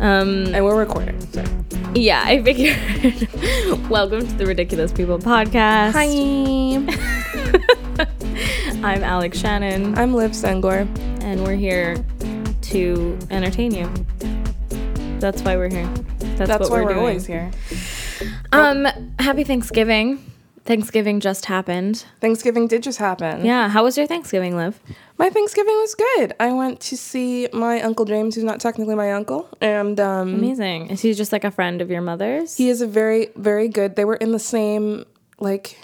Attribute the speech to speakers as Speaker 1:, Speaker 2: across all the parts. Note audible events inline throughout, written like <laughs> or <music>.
Speaker 1: Um,
Speaker 2: And we're recording. So.
Speaker 1: yeah, I figured. <laughs> Welcome to the Ridiculous People podcast.
Speaker 2: Hi.
Speaker 1: <laughs> I'm Alex Shannon,
Speaker 2: <laughs> I'm Liv Sengor.
Speaker 1: and we're here to entertain you. That's why we're here. That's,
Speaker 2: That's
Speaker 1: what
Speaker 2: why
Speaker 1: we're,
Speaker 2: we're,
Speaker 1: doing.
Speaker 2: always here.
Speaker 1: Um, happy Thanksgiving. Thanksgiving just happened.
Speaker 2: Thanksgiving did just happen.
Speaker 1: Yeah, how was your Thanksgiving, Liv?
Speaker 2: My Thanksgiving was good. I went to see my Uncle James, who's not technically my uncle. And um,
Speaker 1: Amazing. Is he just like a friend of your mother's?
Speaker 2: he is a very, very good. They were in the same, like,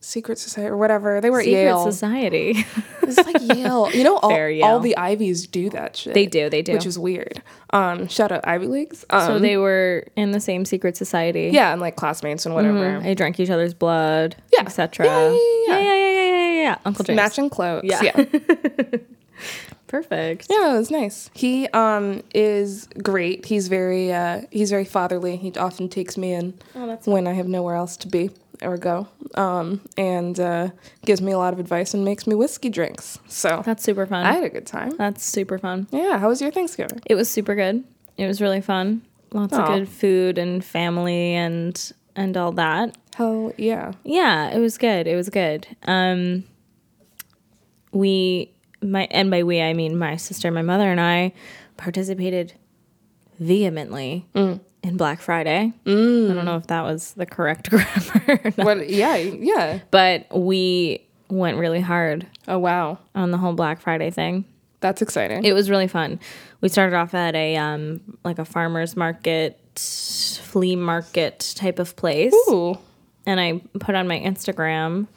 Speaker 2: secret society or whatever. They were at
Speaker 1: Secret
Speaker 2: Yale.
Speaker 1: society.
Speaker 2: It's like Yale. <laughs> You know, all,
Speaker 1: Fair
Speaker 2: all
Speaker 1: Yale.
Speaker 2: the Ivies do that shit.
Speaker 1: They do, they do.
Speaker 2: Which is weird. Um, shout out Ivy Leagues. Um,
Speaker 1: so they were in the same secret society.
Speaker 2: yeah, and like classmates and whatever.
Speaker 1: They drank each other's blood,
Speaker 2: Yeah.
Speaker 1: etc.
Speaker 2: Yeah, yeah, yeah, yeah.
Speaker 1: yeah, yeah, yeah, yeah, yeah, yeah. Uncle James.
Speaker 2: Matching clothes.
Speaker 1: Yeah.
Speaker 2: yeah.
Speaker 1: Perfect.
Speaker 2: Yeah, it was nice. He um is great. He's very uh he's very fatherly. He often takes me in when I have nowhere else to be or go. Um and uh gives me a lot of advice and makes me whiskey drinks. So
Speaker 1: That's super fun.
Speaker 2: I had a good time.
Speaker 1: That's super fun.
Speaker 2: Yeah, how was your Thanksgiving?
Speaker 1: It was super good. It was really fun. Lots of
Speaker 2: Aw.
Speaker 1: good food and family and and all that.
Speaker 2: Hell yeah.
Speaker 1: Yeah, it was good. It was good. Um we my and by we I mean my sister, my mother and I participated vehemently
Speaker 2: Mm.
Speaker 1: in Black Friday. Mm. I don't know if that was the correct <laughs> grammar. or not.
Speaker 2: What yeah, yeah.
Speaker 1: But we went really hard
Speaker 2: Oh wow.
Speaker 1: on the whole Black Friday thing.
Speaker 2: That's exciting.
Speaker 1: It was really fun. We started off at a um like a farmers market flea market type of place
Speaker 2: Ooh.
Speaker 1: and I put on my Instagram.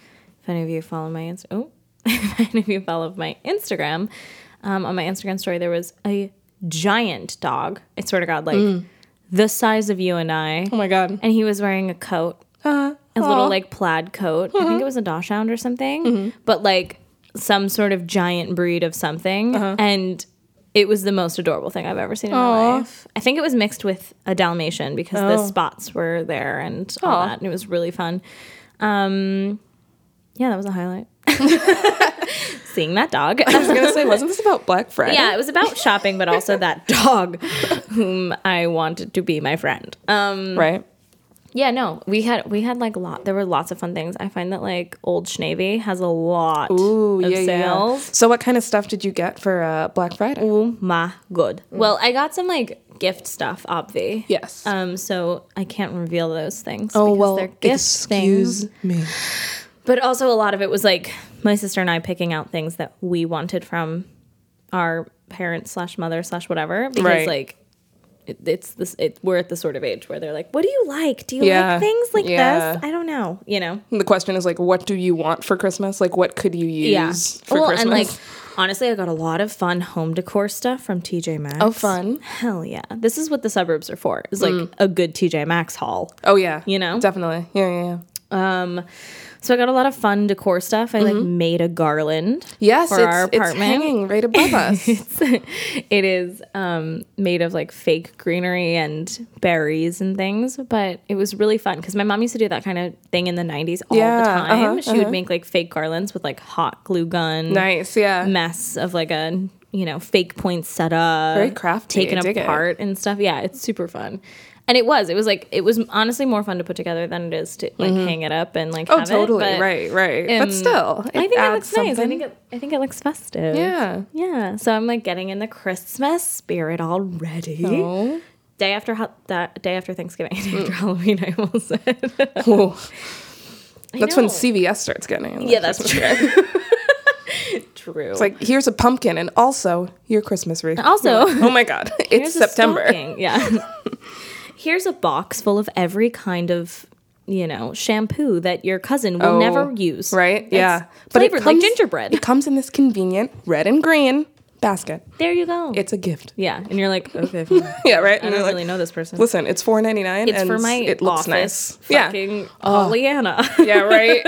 Speaker 1: If any of you follow my Insta, oh, <laughs> if any of you follow my Instagram, um, on my Instagram story there was a giant dog. I swear to God, like the size of you and I,
Speaker 2: Oh my god.
Speaker 1: and he was wearing a coat,
Speaker 2: Uh,
Speaker 1: a little like plaid coat. I think it was a Dachshund or something, but like some sort of giant breed of something, and. It was the most adorable thing I've ever seen in my life. I think it was mixed with a Dalmatian because the spots were there and all
Speaker 2: Aw.
Speaker 1: that, and it was really fun. Um, Yeah, that was a highlight. Seeing that dog.
Speaker 2: I was gonna say, wasn't this about <laughs> Black Friday?
Speaker 1: yeah, it was about shopping, but also that dog whom I wanted to be my friend. Um,
Speaker 2: Right.
Speaker 1: yeah, no, we had we had like lot. There were lots of fun things. I find that like Old Schnavy has a lot
Speaker 2: Ooh,
Speaker 1: of
Speaker 2: yeah, yeah.
Speaker 1: sales.
Speaker 2: So what kind of stuff did you get for uh, Black Friday?
Speaker 1: Oh my god!
Speaker 2: Mm.
Speaker 1: Well, I got some like gift stuff, obvi.
Speaker 2: Yes.
Speaker 1: Um, so I can't reveal those things.
Speaker 2: oh
Speaker 1: because
Speaker 2: well,
Speaker 1: they're gift things.
Speaker 2: excuse me.
Speaker 1: But also a lot of it was like my sister and I picking out things that we wanted from our parents slash mother slash whatever because
Speaker 2: Right.
Speaker 1: like it, it's this it, we're at the sort of age where they're like, what do you like? Do you
Speaker 2: Yeah.
Speaker 1: like things like
Speaker 2: Yeah.
Speaker 1: this? I don't know, you know.
Speaker 2: The question is like, what do you want for Christmas? Like, what could you use for
Speaker 1: well,
Speaker 2: Christmas?
Speaker 1: and like honestly, I got a lot of fun home decor stuff from TJ Maxx.
Speaker 2: oh, fun. Mm.
Speaker 1: Hell yeah! This is what the suburbs are for. Is like a good TJ Maxx haul.
Speaker 2: Oh yeah,
Speaker 1: You know?
Speaker 2: definitely. Yeah, yeah, yeah.
Speaker 1: Um, so I got a lot of fun decor stuff. I like made a garland.
Speaker 2: Mm-hmm. Yes,
Speaker 1: for
Speaker 2: it's,
Speaker 1: our
Speaker 2: it's
Speaker 1: apartment.
Speaker 2: hanging right above us.
Speaker 1: <laughs> it is um, made of like fake greenery and berries and things, but it was really fun because my mom used to do that kind of thing in the 90s all
Speaker 2: Yeah,
Speaker 1: the time.
Speaker 2: uh-huh,
Speaker 1: she would make like fake garlands with like hot glue gun
Speaker 2: nice. Yeah.
Speaker 1: mess of like a, you know, fake poinsettia.
Speaker 2: Very crafty. I
Speaker 1: Taken
Speaker 2: dig it.
Speaker 1: apart and stuff. Yeah, it's super fun. And it was, it was like, it was honestly more fun to put together than it is to like hang it up and like
Speaker 2: Oh,
Speaker 1: have
Speaker 2: totally.
Speaker 1: it. but,
Speaker 2: right, right.
Speaker 1: um,
Speaker 2: but still, it
Speaker 1: I think it
Speaker 2: adds
Speaker 1: looks nice. I
Speaker 2: something.
Speaker 1: think it, I think it looks festive.
Speaker 2: yeah.
Speaker 1: Yeah, so I'm like getting in the Christmas spirit already.
Speaker 2: Oh. Mm.
Speaker 1: Day after ho- that day after Thanksgiving, <laughs> day after Halloween, I almost said. <laughs> I
Speaker 2: That's when
Speaker 1: know.
Speaker 2: CVS starts getting. in.
Speaker 1: Yeah,
Speaker 2: <laughs>
Speaker 1: that's true. <laughs> true.
Speaker 2: It's like here's a pumpkin and also your Christmas wreath.
Speaker 1: also,
Speaker 2: <laughs> oh
Speaker 1: <laughs>
Speaker 2: my god, it's
Speaker 1: here's a
Speaker 2: September.
Speaker 1: stocking. Yeah. <laughs> here's a box full of every kind of you know shampoo that your cousin will
Speaker 2: Oh,
Speaker 1: never use.
Speaker 2: Right?
Speaker 1: It's
Speaker 2: yeah.
Speaker 1: flavored like gingerbread.
Speaker 2: It comes in this convenient red and green basket.
Speaker 1: There you go.
Speaker 2: It's a gift.
Speaker 1: yeah, and you're like, okay, fine.
Speaker 2: <laughs> Yeah,
Speaker 1: I
Speaker 2: right. And
Speaker 1: don't
Speaker 2: you're like,
Speaker 1: really know this person.
Speaker 2: Listen, it's four ninety nine.
Speaker 1: it's
Speaker 2: and
Speaker 1: for my
Speaker 2: It looks
Speaker 1: office.
Speaker 2: nice. Yeah, Oh.
Speaker 1: Fucking Pollyanna. <laughs>
Speaker 2: yeah, <laughs> right.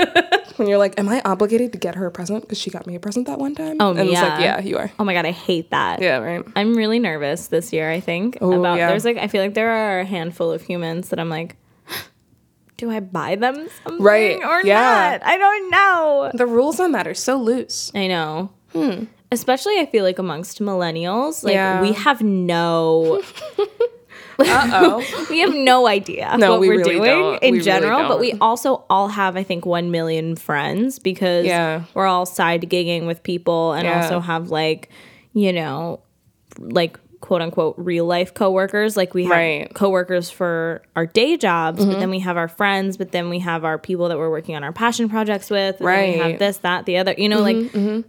Speaker 2: when you're like, am I obligated to get her a present because she got me a present that one time?
Speaker 1: Oh,
Speaker 2: and it's like,
Speaker 1: yeah.
Speaker 2: yeah, you are.
Speaker 1: Oh my god, I hate that.
Speaker 2: Yeah, right.
Speaker 1: I'm really nervous this year, I think. about
Speaker 2: yeah.
Speaker 1: there's like I feel like there are a handful of humans that I'm like <gasps> do I buy them something
Speaker 2: Right,
Speaker 1: or
Speaker 2: yeah.
Speaker 1: not? I don't know.
Speaker 2: The rules on that are so loose.
Speaker 1: I know. Hmm. Especially I feel like amongst millennials, like
Speaker 2: Yeah.
Speaker 1: we have no
Speaker 2: <laughs> Uh-oh.
Speaker 1: <laughs> we have no idea
Speaker 2: No,
Speaker 1: what
Speaker 2: we
Speaker 1: are
Speaker 2: really
Speaker 1: doing
Speaker 2: don't.
Speaker 1: in
Speaker 2: We really
Speaker 1: general, but
Speaker 2: don't.
Speaker 1: we also all have, I think, one million friends because
Speaker 2: Yeah.
Speaker 1: we're all side gigging with people and
Speaker 2: Yeah.
Speaker 1: also have like, you know, like quote unquote real life coworkers. Like we have
Speaker 2: Right. Mm-hmm.
Speaker 1: coworkers for our day jobs, but then we have our friends, but then we have our people that we're working on our passion projects with. And then we have
Speaker 2: Right. Mm-hmm,
Speaker 1: this, that, the other. You know, like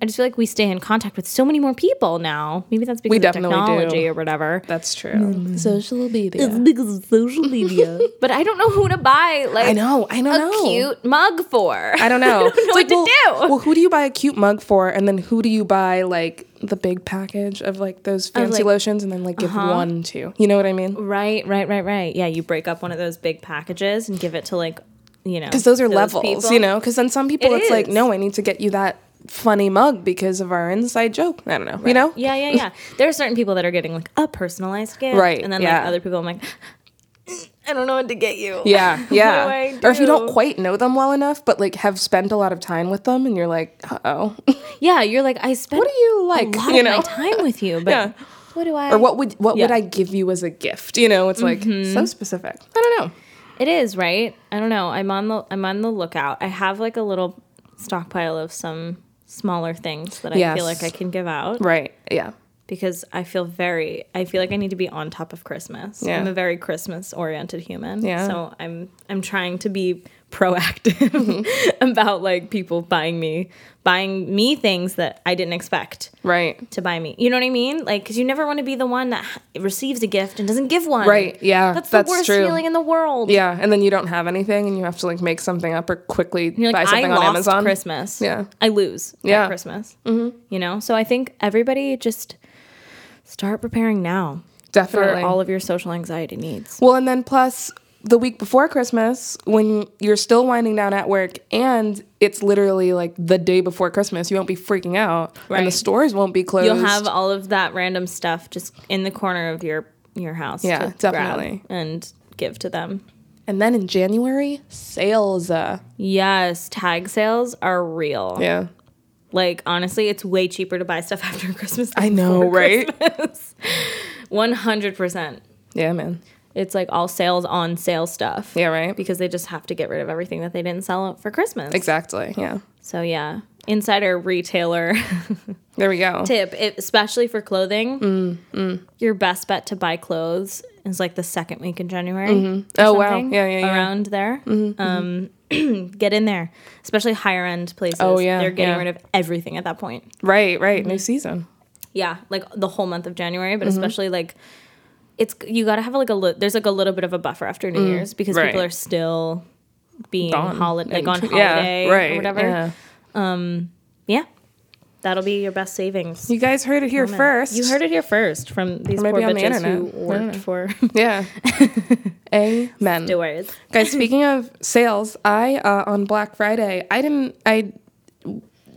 Speaker 1: I just feel like we stay in contact with so many more people now. Maybe that's because of
Speaker 2: definitely do.
Speaker 1: technology or whatever.
Speaker 2: That's
Speaker 1: Mm-hmm.
Speaker 2: true.
Speaker 1: Social media. It's because of social media. <laughs> but I don't know who to buy like
Speaker 2: I know. I don't
Speaker 1: a
Speaker 2: know.
Speaker 1: cute mug for.
Speaker 2: I
Speaker 1: <laughs>
Speaker 2: don't know.
Speaker 1: know
Speaker 2: It's
Speaker 1: what to
Speaker 2: well,
Speaker 1: do.
Speaker 2: Well, who do you buy a cute mug for, and then who do you buy like the big package of like those
Speaker 1: like-
Speaker 2: fancy
Speaker 1: Uh-huh.
Speaker 2: lotions, and then like give one to? You know what I mean?
Speaker 1: Right, right, right, right. Yeah, you break up one of those big packages and give it to like, you know,
Speaker 2: Because those are levels,
Speaker 1: people.
Speaker 2: you know. Because then some people,
Speaker 1: It
Speaker 2: it's like,
Speaker 1: is.
Speaker 2: no, I need to get you that funny mug because of our inside joke. I don't know. You know?
Speaker 1: Yeah, yeah, yeah. There are certain people that are getting like a personalized gift,
Speaker 2: Right,
Speaker 1: And then
Speaker 2: yeah.
Speaker 1: like other people, I'm like, I don't know <laughs> what to get you.
Speaker 2: Yeah, yeah.
Speaker 1: do I
Speaker 2: Or if you don't
Speaker 1: do?
Speaker 2: quite know them well enough, but like have spent a lot of time with them, and you're like, uh oh,
Speaker 1: yeah. You're like, I spent
Speaker 2: what do you like?
Speaker 1: a lot
Speaker 2: you
Speaker 1: of
Speaker 2: know?
Speaker 1: my time with you, but
Speaker 2: Yeah.
Speaker 1: what do I?
Speaker 2: <laughs> Or what would what would
Speaker 1: Yeah. Mm-hmm.
Speaker 2: I give you as a gift? You know, it's like so specific. I don't know.
Speaker 1: It is right. I don't know. I'm on the I'm on the lookout. I have like a little stockpile of some smaller things that I
Speaker 2: Yes.
Speaker 1: feel like I can give out
Speaker 2: Right? Yeah.
Speaker 1: because I feel very I feel like I need to be on top of Christmas.
Speaker 2: Yeah.
Speaker 1: I'm a very Christmas oriented human.
Speaker 2: Yeah.
Speaker 1: So I'm I'm trying to be proactive <laughs> about like people buying me buying me things that I didn't expect
Speaker 2: Right.
Speaker 1: to buy me. You know what I mean? Like cuz you never want to be the one that h- receives a gift and doesn't give one.
Speaker 2: Right, yeah,
Speaker 1: That's the
Speaker 2: that's
Speaker 1: worst
Speaker 2: true.
Speaker 1: feeling in the world.
Speaker 2: Yeah, and then you don't have anything, and you have to like make something up or quickly
Speaker 1: You're
Speaker 2: buy
Speaker 1: like,
Speaker 2: something
Speaker 1: I
Speaker 2: on
Speaker 1: lost
Speaker 2: Amazon.
Speaker 1: Christmas.
Speaker 2: Yeah.
Speaker 1: I lose yeah.
Speaker 2: Yeah. Mm-hmm.
Speaker 1: Christmas. You know? So I think everybody just start preparing now for
Speaker 2: Definitely.
Speaker 1: all of your social anxiety needs.
Speaker 2: well, and then plus the week before Christmas, when you're still winding down at work, and it's literally like the day before Christmas, you won't be freaking out, and the
Speaker 1: Right.
Speaker 2: stores won't be closed.
Speaker 1: You'll have all of that random stuff just in the corner of your your house.
Speaker 2: Yeah,
Speaker 1: to grab
Speaker 2: definitely.
Speaker 1: and give to them.
Speaker 2: and then in January, sales. Uh,
Speaker 1: Yes, tag sales are real.
Speaker 2: yeah,
Speaker 1: Like honestly, it's way cheaper to buy stuff <laughs> after Christmas.
Speaker 2: I know, right?
Speaker 1: <laughs> One hundred percent.
Speaker 2: Yeah, man.
Speaker 1: It's like all sales on sale stuff.
Speaker 2: Yeah, right.
Speaker 1: Because they just have to get rid of everything that they didn't sell for Christmas.
Speaker 2: Exactly. Yeah.
Speaker 1: So yeah, insider retailer <laughs>
Speaker 2: There we go.
Speaker 1: tip, if- especially for clothing.
Speaker 2: Mm,
Speaker 1: Your best bet to buy clothes is like the second week in January. or
Speaker 2: Oh, wow.
Speaker 1: something,
Speaker 2: Yeah, yeah, yeah. Mm-hmm,
Speaker 1: Around there, um, <clears throat> get in there, especially higher end places.
Speaker 2: Oh, yeah,
Speaker 1: they're getting
Speaker 2: yeah.
Speaker 1: rid of everything at that point.
Speaker 2: Right. Right. New season.
Speaker 1: Yeah, like the whole month of January, but especially like it's you got to have like a li- there's like a little bit of a buffer after New Year's because
Speaker 2: right.
Speaker 1: people are still being
Speaker 2: Gone.
Speaker 1: holiday like on
Speaker 2: And-
Speaker 1: holiday
Speaker 2: Yeah. Right.
Speaker 1: or whatever.
Speaker 2: Yeah.
Speaker 1: Yeah. That'll be your best savings.
Speaker 2: You guys heard it here
Speaker 1: <laughs>
Speaker 2: first.
Speaker 1: You heard it here first from these
Speaker 2: maybe
Speaker 1: poor
Speaker 2: on the
Speaker 1: bitches who
Speaker 2: internet. I
Speaker 1: worked <laughs> for
Speaker 2: Yeah. Amen.
Speaker 1: doors.
Speaker 2: Guys, speaking of sales, I uh, on Black Friday, I didn't. I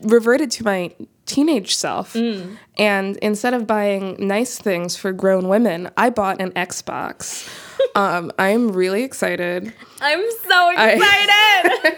Speaker 2: reverted to my teenage self, and instead of buying nice things for grown women, I bought an Xbox. um, I'm really excited.
Speaker 1: I'm so excited.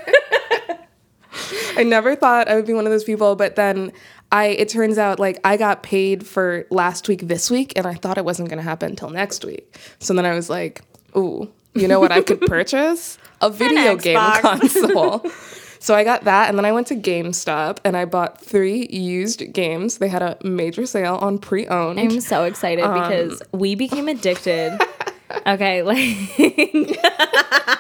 Speaker 2: I never thought I would be one of those people, but then I it turns out like I got paid for last week this week and I thought it wasn't gonna happen until next week. So then I was like, ooh, you know what
Speaker 1: <laughs>
Speaker 2: I could purchase? A video game
Speaker 1: Xbox.
Speaker 2: console. So I got that, and then I went to GameStop and I bought three used games. They had a major sale on pre-owned.
Speaker 1: I'm so excited because
Speaker 2: Um,
Speaker 1: we became
Speaker 2: <laughs>
Speaker 1: addicted. okay, like <laughs>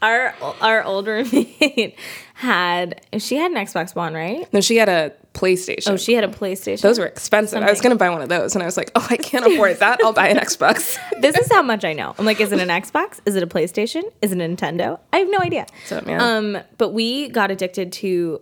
Speaker 1: our our old <laughs> roommate had she had an Xbox One, right?
Speaker 2: no, she had a PlayStation.
Speaker 1: Oh, she had a PlayStation.
Speaker 2: those were expensive. I was gonna buy one of those, and I was like, "Oh, I can't afford that. I'll buy an
Speaker 1: <laughs>
Speaker 2: Xbox."
Speaker 1: this is how much I know. I'm like, is it an Xbox? Is it a PlayStation? Is it a Nintendo? I have no idea.
Speaker 2: So, yeah.
Speaker 1: Um, but we got addicted to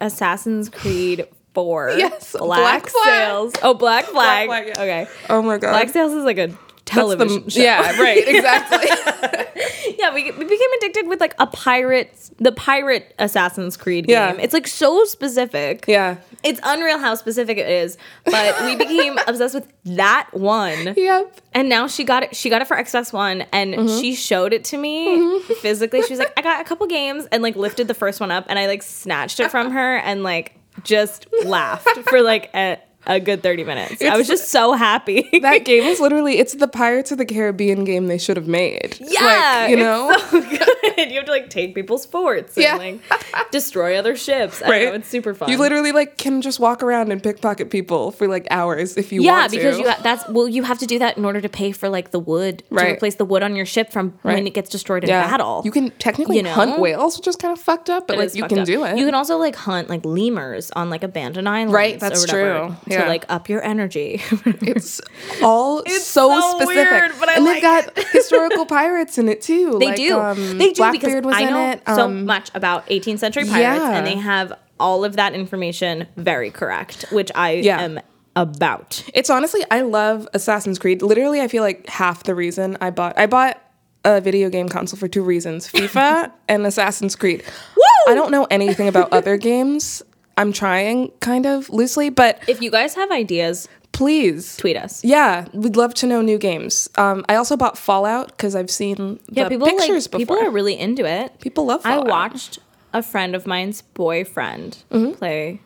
Speaker 1: Assassin's Creed Four.
Speaker 2: <laughs> Yes,
Speaker 1: Black,
Speaker 2: Black Flag.
Speaker 1: Sails. Oh, Black Flag.
Speaker 2: Flag, yeah.
Speaker 1: Okay,
Speaker 2: Oh my god,
Speaker 1: Black Sails is like a
Speaker 2: That's the-
Speaker 1: television show.
Speaker 2: Yeah, right.
Speaker 1: <laughs>
Speaker 2: Exactly.
Speaker 1: yeah. We, we became addicted with like a pirate, the pirate Assassin's Creed game.
Speaker 2: Yeah.
Speaker 1: It's like so specific.
Speaker 2: yeah.
Speaker 1: It's unreal how specific it is, but we
Speaker 2: <laughs>
Speaker 1: became obsessed with that one.
Speaker 2: Yep.
Speaker 1: And now she got it. She got it for Xbox One, and
Speaker 2: Mm-hmm.
Speaker 1: she showed it to me
Speaker 2: <laughs>
Speaker 1: physically. She was like, "I got a couple games," and like lifted the first one up, and I like snatched it from her and like just laughed for like a, a good 30 minutes. I was just so happy.
Speaker 2: That game is literally it's the Pirates of the Caribbean game they should have made.
Speaker 1: yeah,
Speaker 2: Like, you know?
Speaker 1: it's so <laughs> good. You have to like take people's forts
Speaker 2: Yeah.
Speaker 1: and like destroy other ships. I don't
Speaker 2: <laughs> Right.
Speaker 1: know, it's super fun.
Speaker 2: you literally like can just walk around and pickpocket people for like hours if you
Speaker 1: yeah,
Speaker 2: want to.
Speaker 1: because you that's well, you have to do that in order to pay for like the wood to
Speaker 2: Right.
Speaker 1: replace the wood on your ship from when
Speaker 2: Right.
Speaker 1: it gets destroyed in
Speaker 2: yeah.
Speaker 1: battle.
Speaker 2: You can technically
Speaker 1: You know?
Speaker 2: hunt whales, which is kind of fucked up, but
Speaker 1: It
Speaker 2: like
Speaker 1: is
Speaker 2: you
Speaker 1: fucked
Speaker 2: can
Speaker 1: up.
Speaker 2: do it.
Speaker 1: You can also like hunt like lemurs on like abandoned islands,
Speaker 2: Right, that's
Speaker 1: or whatever,
Speaker 2: true.
Speaker 1: To
Speaker 2: Yeah.
Speaker 1: like up your energy. <laughs>
Speaker 2: It's all so,
Speaker 1: so
Speaker 2: specific.
Speaker 1: weird, but I
Speaker 2: and
Speaker 1: like
Speaker 2: they've got
Speaker 1: <laughs>
Speaker 2: historical pirates in it too.
Speaker 1: They
Speaker 2: like,
Speaker 1: do.
Speaker 2: um,
Speaker 1: they do
Speaker 2: Blackbeard
Speaker 1: because
Speaker 2: was
Speaker 1: I
Speaker 2: in
Speaker 1: know
Speaker 2: it.
Speaker 1: so
Speaker 2: um,
Speaker 1: much about 18th century pirates,
Speaker 2: Yeah.
Speaker 1: and they have all of that information very correct, which I
Speaker 2: Yeah.
Speaker 1: am about.
Speaker 2: It's honestly, I love Assassin's Creed. Literally, I feel like half the reason I bought I bought a video game console for two reasons:
Speaker 1: <laughs>
Speaker 2: FIFA and Assassin's Creed.
Speaker 1: Woo!
Speaker 2: I don't know anything
Speaker 1: <laughs>
Speaker 2: about other games. I'm trying kind of loosely, but
Speaker 1: If you guys have ideas,
Speaker 2: please.
Speaker 1: tweet us.
Speaker 2: Yeah, we'd love to know new games. Um, I also bought Fallout because I've seen
Speaker 1: Yeah,
Speaker 2: the
Speaker 1: people
Speaker 2: pictures
Speaker 1: like
Speaker 2: before.
Speaker 1: people are really into it.
Speaker 2: People love
Speaker 1: I
Speaker 2: Fallout.
Speaker 1: watched a friend of mine's boyfriend play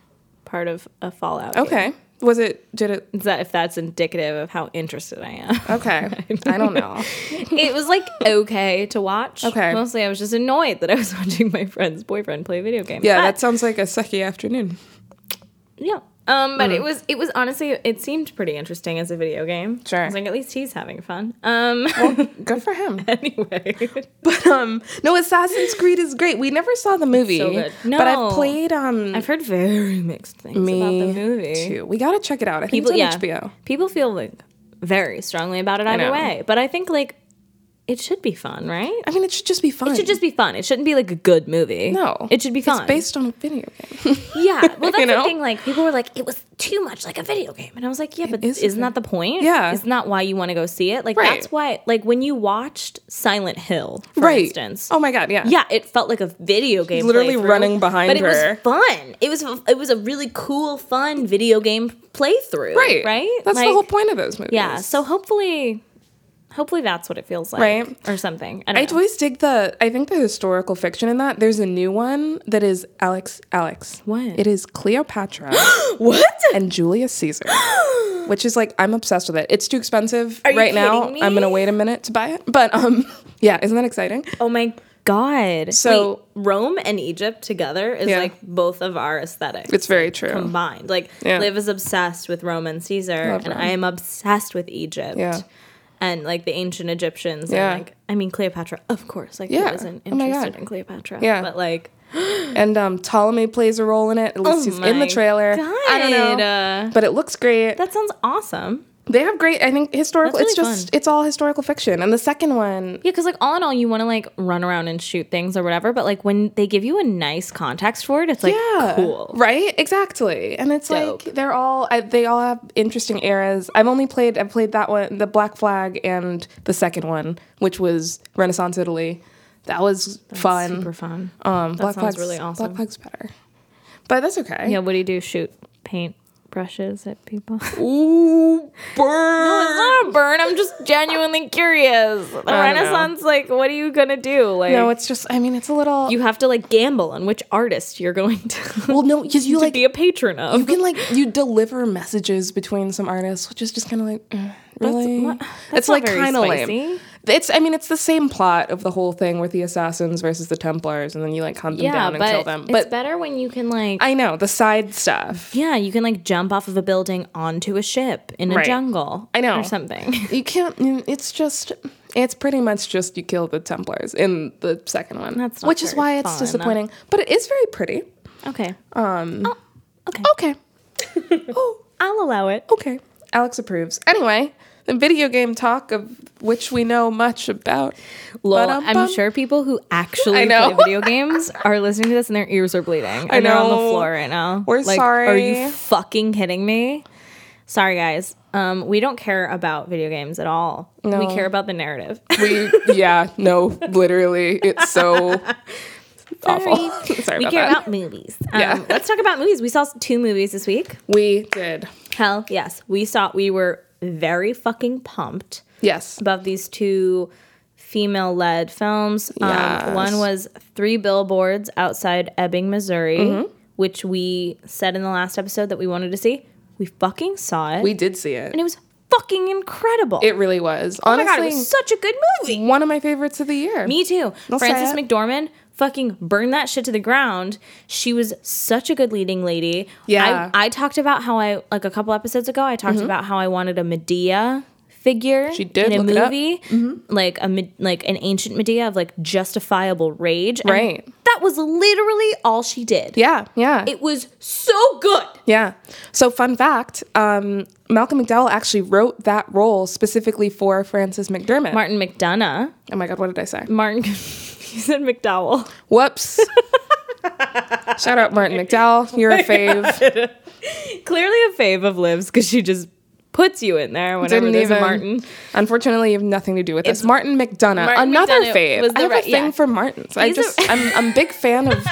Speaker 1: part of a Fallout. game.
Speaker 2: Mm-hmm. okay. Was it? Did it?
Speaker 1: <laughs> Is that if that's indicative of how interested I
Speaker 2: <laughs>
Speaker 1: am? <laughs>
Speaker 2: Okay. I don't know.
Speaker 1: it was like okay to watch.
Speaker 2: Okay.
Speaker 1: Mostly I was just annoyed that I was <laughs> watching my friend's boyfriend play a video game.
Speaker 2: Yeah,
Speaker 1: But-
Speaker 2: that sounds like a sucky afternoon.
Speaker 1: yeah. Um,
Speaker 2: Mm-hmm.
Speaker 1: but it was it was honestly it seemed pretty interesting as a video game.
Speaker 2: Sure.
Speaker 1: I was like, at least he's having fun. Um <laughs>
Speaker 2: Good for him.
Speaker 1: anyway.
Speaker 2: But um, no, Assassin's Creed is great. We never saw the movie,
Speaker 1: So good.
Speaker 2: but
Speaker 1: No.
Speaker 2: I've played um
Speaker 1: I've heard very mixed things about the movie.
Speaker 2: too. We gotta check it out. I think
Speaker 1: People yeah.
Speaker 2: it's on HBO.
Speaker 1: People feel like very strongly about it either
Speaker 2: know.
Speaker 1: way. But I think like it should be fun, right?
Speaker 2: I mean, it should just be fun.
Speaker 1: It should just be fun. It shouldn't be like a good movie.
Speaker 2: no.
Speaker 1: It should be fun.
Speaker 2: It's based on a video game. <laughs>
Speaker 1: Yeah. Well, that's the
Speaker 2: know?
Speaker 1: thing. Like, people were like, it was too much like a video game. And I was like, yeah, but
Speaker 2: is a
Speaker 1: isn't that the point?
Speaker 2: Yeah.
Speaker 1: Isn't that why you want to go see it? Like,
Speaker 2: Right.
Speaker 1: that's why, like, when you watched Silent Hill, for
Speaker 2: right.
Speaker 1: instance.
Speaker 2: Oh my god. Yeah.
Speaker 1: Yeah, it felt like a video game.
Speaker 2: literally
Speaker 1: playthrough,
Speaker 2: running behind
Speaker 1: but
Speaker 2: her.
Speaker 1: But it was fun. It was it was a really cool, fun video game playthrough.
Speaker 2: Right.
Speaker 1: right.
Speaker 2: That's
Speaker 1: Like,
Speaker 2: the whole point of those movies.
Speaker 1: Yeah. So hopefully, hopefully that's what it feels like,
Speaker 2: Right.
Speaker 1: or something. I,
Speaker 2: I <laughs>
Speaker 1: don't know.
Speaker 2: always dig the. I think the historical fiction in that. There's a new one that is Alex. Alex.
Speaker 1: What?
Speaker 2: It is Cleopatra
Speaker 1: <gasps> what?
Speaker 2: and Julius Caesar, which is like I'm obsessed with it. It's too expensive
Speaker 1: you
Speaker 2: right now.
Speaker 1: kidding me?
Speaker 2: I'm gonna wait a minute to buy it. But um, <laughs> yeah, isn't that exciting?
Speaker 1: Oh my god.
Speaker 2: So-
Speaker 1: Wait, Rome and Egypt together is
Speaker 2: Yeah.
Speaker 1: like both of our aesthetics.
Speaker 2: It's very true.
Speaker 1: combined. Like
Speaker 2: Yeah.
Speaker 1: Liv is obsessed with Rome and Caesar
Speaker 2: Love
Speaker 1: and
Speaker 2: Rome.
Speaker 1: I am obsessed with Egypt.
Speaker 2: Yeah.
Speaker 1: And like the ancient Egyptians
Speaker 2: Yeah.
Speaker 1: and like I mean Cleopatra, of course. Like
Speaker 2: Yeah.
Speaker 1: who isn't
Speaker 2: Oh my
Speaker 1: interested
Speaker 2: God.
Speaker 1: in Cleopatra?
Speaker 2: Yeah.
Speaker 1: But like
Speaker 2: and um, Ptolemy plays a role in it. At least he's in
Speaker 1: Oh my
Speaker 2: the trailer. I
Speaker 1: God,
Speaker 2: don't know,
Speaker 1: uh,
Speaker 2: but it looks great.
Speaker 1: that sounds awesome.
Speaker 2: They have great. I think historical.
Speaker 1: That's
Speaker 2: it's
Speaker 1: really
Speaker 2: just
Speaker 1: fun.
Speaker 2: it's all historical fiction. And the second one,
Speaker 1: Yeah, because like all in all, you want to like run around and shoot things or whatever, but like when they give you a nice context for it, it's like
Speaker 2: yeah,
Speaker 1: cool.
Speaker 2: right? Exactly. And it's
Speaker 1: Dope.
Speaker 2: like they're all I, they all have interesting eras. I've only played I've played that one, the Black Flag, and the second one, which was Renaissance Italy. That was fun.
Speaker 1: Super fun.
Speaker 2: um,
Speaker 1: That sounds
Speaker 2: Black Flag's
Speaker 1: really awesome.
Speaker 2: Black Flag's better, but that's okay.
Speaker 1: Yeah, what do you do? Shoot paint brushes at people? <laughs>
Speaker 2: Ooh, burn.
Speaker 1: It's not a burn. I'm just genuinely curious. The Renaissance, like, what are you gonna do? Like,
Speaker 2: No, it's just. I mean, it's a little.
Speaker 1: you have to like gamble on which artist you're going to, <laughs>
Speaker 2: well, no, because you
Speaker 1: to
Speaker 2: like
Speaker 1: be a patron of.
Speaker 2: you can like you deliver messages between some artists, which is just kind of like mm, really.
Speaker 1: what- that's
Speaker 2: it's
Speaker 1: not
Speaker 2: like
Speaker 1: very
Speaker 2: kind of
Speaker 1: spicy.
Speaker 2: lame. It's. I mean, it's the same plot of the whole thing with the assassins versus the Templars, and then you like hunt them
Speaker 1: yeah,
Speaker 2: down and kill
Speaker 1: but
Speaker 2: them.
Speaker 1: it's
Speaker 2: But
Speaker 1: better when you can like.
Speaker 2: I know the side stuff.
Speaker 1: yeah, you can like jump off of a building onto a ship in a
Speaker 2: Right.
Speaker 1: jungle.
Speaker 2: I know.
Speaker 1: or something. <laughs>
Speaker 2: You can't. mm, It's just. It's pretty much just you kill the Templars in the second one,
Speaker 1: That's not
Speaker 2: which is
Speaker 1: very
Speaker 2: why it's
Speaker 1: fun.
Speaker 2: disappointing. But it is very pretty.
Speaker 1: Okay,
Speaker 2: Um.
Speaker 1: okay,
Speaker 2: Okay. oh.
Speaker 1: I'll allow it.
Speaker 2: Okay. Alex approves. Anyway, the video game talk of which we know much about.
Speaker 1: Lol, I'm
Speaker 2: Ba-dum-bum.
Speaker 1: sure people who actually
Speaker 2: <laughs> I know.
Speaker 1: play video games are listening to this and their ears are bleeding. I They're on the
Speaker 2: know.
Speaker 1: floor right now.
Speaker 2: We're
Speaker 1: Are you
Speaker 2: sorry.
Speaker 1: fucking kidding me? Sorry, guys. Um, we don't care about video games at all. We
Speaker 2: No.
Speaker 1: care about the
Speaker 2: <laughs>
Speaker 1: narrative.
Speaker 2: We yeah, no, literally. It's <laughs> so awful. <laughs> Sorry
Speaker 1: we
Speaker 2: about
Speaker 1: care
Speaker 2: that.
Speaker 1: about
Speaker 2: <laughs>
Speaker 1: movies. Um,
Speaker 2: Yeah.
Speaker 1: let's talk about movies. We saw two movies this week.
Speaker 2: we did.
Speaker 1: Hell yes, we saw. We were very fucking pumped.
Speaker 2: Yes.
Speaker 1: about these two female led films. Um,
Speaker 2: Yes.
Speaker 1: one was Three
Speaker 2: Mm-hmm.
Speaker 1: Billboards Outside Ebbing, Missouri, which we said in the last episode that we wanted to see. We fucking saw it.
Speaker 2: We did see it.
Speaker 1: and it was fucking incredible.
Speaker 2: It really was.
Speaker 1: oh my
Speaker 2: Honestly,
Speaker 1: god, it was such a good movie.
Speaker 2: one of my favorites of the year.
Speaker 1: Me too.
Speaker 2: I'll say
Speaker 1: Frances
Speaker 2: it.
Speaker 1: McDormand fucking burned that shit to the ground. She was such a good leading lady.
Speaker 2: Yeah. Mm-hmm.
Speaker 1: I, I talked about how I like a couple episodes ago. I talked about how I wanted a Medea figure.
Speaker 2: She did,
Speaker 1: in a
Speaker 2: look it up. Mm-hmm.
Speaker 1: movie, like a Med- like an ancient Medea of like justifiable rage. And
Speaker 2: Right.
Speaker 1: that was literally all she did.
Speaker 2: Yeah, yeah.
Speaker 1: It was so good.
Speaker 2: Yeah. So, fun fact um, Malcolm McDowell actually wrote that role specifically for Frances McDermott.
Speaker 1: Martin McDonough.
Speaker 2: oh my God, what did I say?
Speaker 1: Martin. <laughs> he said McDowell. <laughs>
Speaker 2: Whoops. Shout out Martin McDowell. You're a fave.
Speaker 1: Clearly a fave of Liv's because she just puts you in there whenever there's a Martin.
Speaker 2: Unfortunately, you have nothing to do with this. Martin McDonough,
Speaker 1: Martin
Speaker 2: another
Speaker 1: McDonough
Speaker 2: fave.
Speaker 1: was the
Speaker 2: I have
Speaker 1: right-
Speaker 2: a thing
Speaker 1: yeah.
Speaker 2: for Martins. I
Speaker 1: He's a-
Speaker 2: just, i am I'm, I'm a big fan of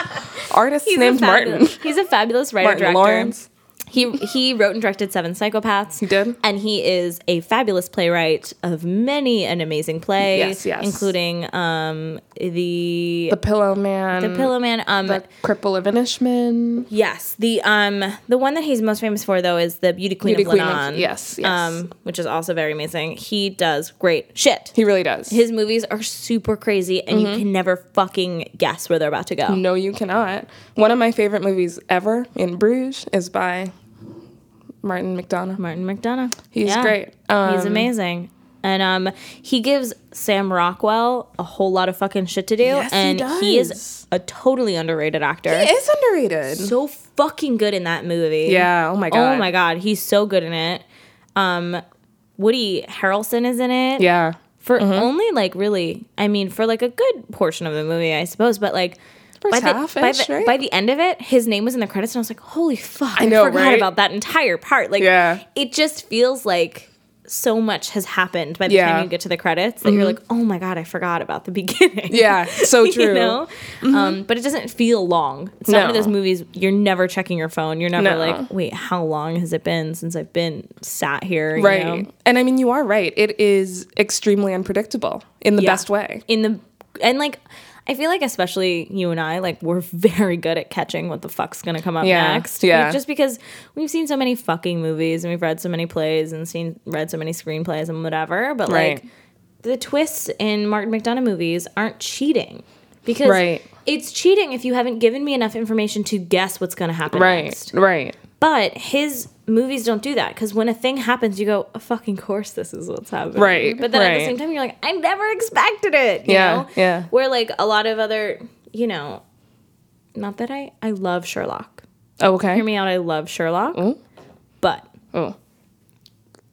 Speaker 1: <laughs>
Speaker 2: artists
Speaker 1: He's
Speaker 2: named
Speaker 1: a
Speaker 2: Martin.
Speaker 1: fabulous, He's a fabulous writer
Speaker 2: Martin
Speaker 1: director.
Speaker 2: Lawrence.
Speaker 1: He he wrote and directed Seven Psychopaths. He
Speaker 2: did?
Speaker 1: and he is a fabulous playwright of many an amazing play,
Speaker 2: Yes, yes.
Speaker 1: including um the
Speaker 2: The Pillow Man.
Speaker 1: the Pillow Man. Um,
Speaker 2: The Cripple of Inishman.
Speaker 1: yes, the um the one that he's most famous for though is the Beauty Queen
Speaker 2: Beauty
Speaker 1: of
Speaker 2: Queen of-
Speaker 1: Lebanon.
Speaker 2: yes, yes.
Speaker 1: um, which is also very amazing. He does great shit.
Speaker 2: He really does.
Speaker 1: His movies are super crazy, and
Speaker 2: Mm-hmm.
Speaker 1: you can never fucking guess where they're about to go.
Speaker 2: No, you cannot. One of my favorite movies ever in Bruges is by Martin McDonough.
Speaker 1: Martin McDonough.
Speaker 2: He's great.
Speaker 1: He's
Speaker 2: Um,
Speaker 1: amazing. And um, he gives Sam Rockwell a whole lot of fucking shit to do.
Speaker 2: Yes, he
Speaker 1: and
Speaker 2: does.
Speaker 1: is a totally underrated actor.
Speaker 2: He is underrated.
Speaker 1: So fucking good in that movie.
Speaker 2: Yeah. Oh my god.
Speaker 1: Oh my god, he's so good in it. Um, Woody Harrelson is in it
Speaker 2: Yeah.
Speaker 1: for only like really. I mean, for like a good portion of the movie, I suppose. But like. By
Speaker 2: First
Speaker 1: the, by,
Speaker 2: half-ish,
Speaker 1: the,
Speaker 2: right?
Speaker 1: by the end of it, his name was in the credits, and I was like, "Holy fuck!" I,
Speaker 2: know,
Speaker 1: forgot
Speaker 2: right?
Speaker 1: about that entire part. Like,
Speaker 2: Yeah.
Speaker 1: it just feels like so much has happened by the
Speaker 2: Yeah. Mm-hmm.
Speaker 1: time you get to the credits that you're like, "Oh my god, I forgot about the <laughs> beginning."
Speaker 2: Yeah. So true.
Speaker 1: <laughs>
Speaker 2: Mm-hmm.
Speaker 1: you know, um, but it doesn't feel long. It's not one of
Speaker 2: No.
Speaker 1: those movies you're never checking your phone. You're never
Speaker 2: No.
Speaker 1: like, "Wait, how long has it been since I've been sat here?" you
Speaker 2: Right.
Speaker 1: know?
Speaker 2: And I mean, you are right. It is extremely unpredictable in the
Speaker 1: Yeah.
Speaker 2: best way.
Speaker 1: in the and like I feel like especially you and I like we're <laughs> very good at catching what the fuck's gonna come up
Speaker 2: Yeah,
Speaker 1: next.
Speaker 2: yeah.
Speaker 1: Like, just because we've seen so many fucking movies and we've read so many plays and seen read so many screenplays and whatever, but
Speaker 2: Right.
Speaker 1: like the twists in Martin McDonough movies aren't cheating. Because
Speaker 2: Right.
Speaker 1: it's cheating if you haven't given me enough information to guess what's gonna happen
Speaker 2: Right.
Speaker 1: next.
Speaker 2: Right.
Speaker 1: But his movies don't do that because when a thing happens, you go, "Of fucking course, this is what's happening."
Speaker 2: Right,
Speaker 1: But then at the
Speaker 2: right.
Speaker 1: same time, you're like, "I never expected it." You
Speaker 2: Yeah,
Speaker 1: Know?
Speaker 2: yeah.
Speaker 1: Where like a lot of other, you know, not that I I love Sherlock.
Speaker 2: Oh, okay.
Speaker 1: Hear me out. I love Sherlock,
Speaker 2: Ooh.
Speaker 1: but
Speaker 2: Oh.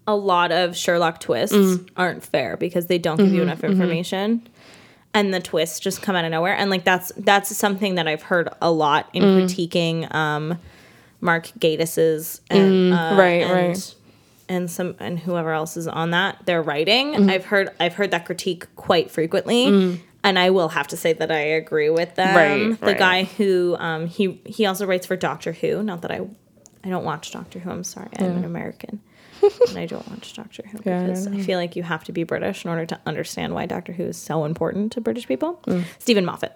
Speaker 1: a lot of Sherlock twists aren't fair because they don't give you enough information. And the twists just come out of nowhere. And like that's that's something that I've heard a lot in critiquing um Mark Gatiss's and uh,
Speaker 2: right,
Speaker 1: and,
Speaker 2: right.
Speaker 1: and some and whoever else is on that, their writing.
Speaker 2: Mm-hmm.
Speaker 1: I've heard I've heard that critique quite frequently. And I will have to say that I agree with them.
Speaker 2: Mm. Right,
Speaker 1: the
Speaker 2: right.
Speaker 1: guy who um he he also writes for Doctor Who, not that I I don't watch Doctor Who, I'm sorry. I'm an
Speaker 2: <laughs>
Speaker 1: American and I don't watch Doctor Who
Speaker 2: I
Speaker 1: because I, feel like you have to be British in order to understand why Doctor Who is so important to British people.
Speaker 2: Mm.
Speaker 1: Stephen Moffat.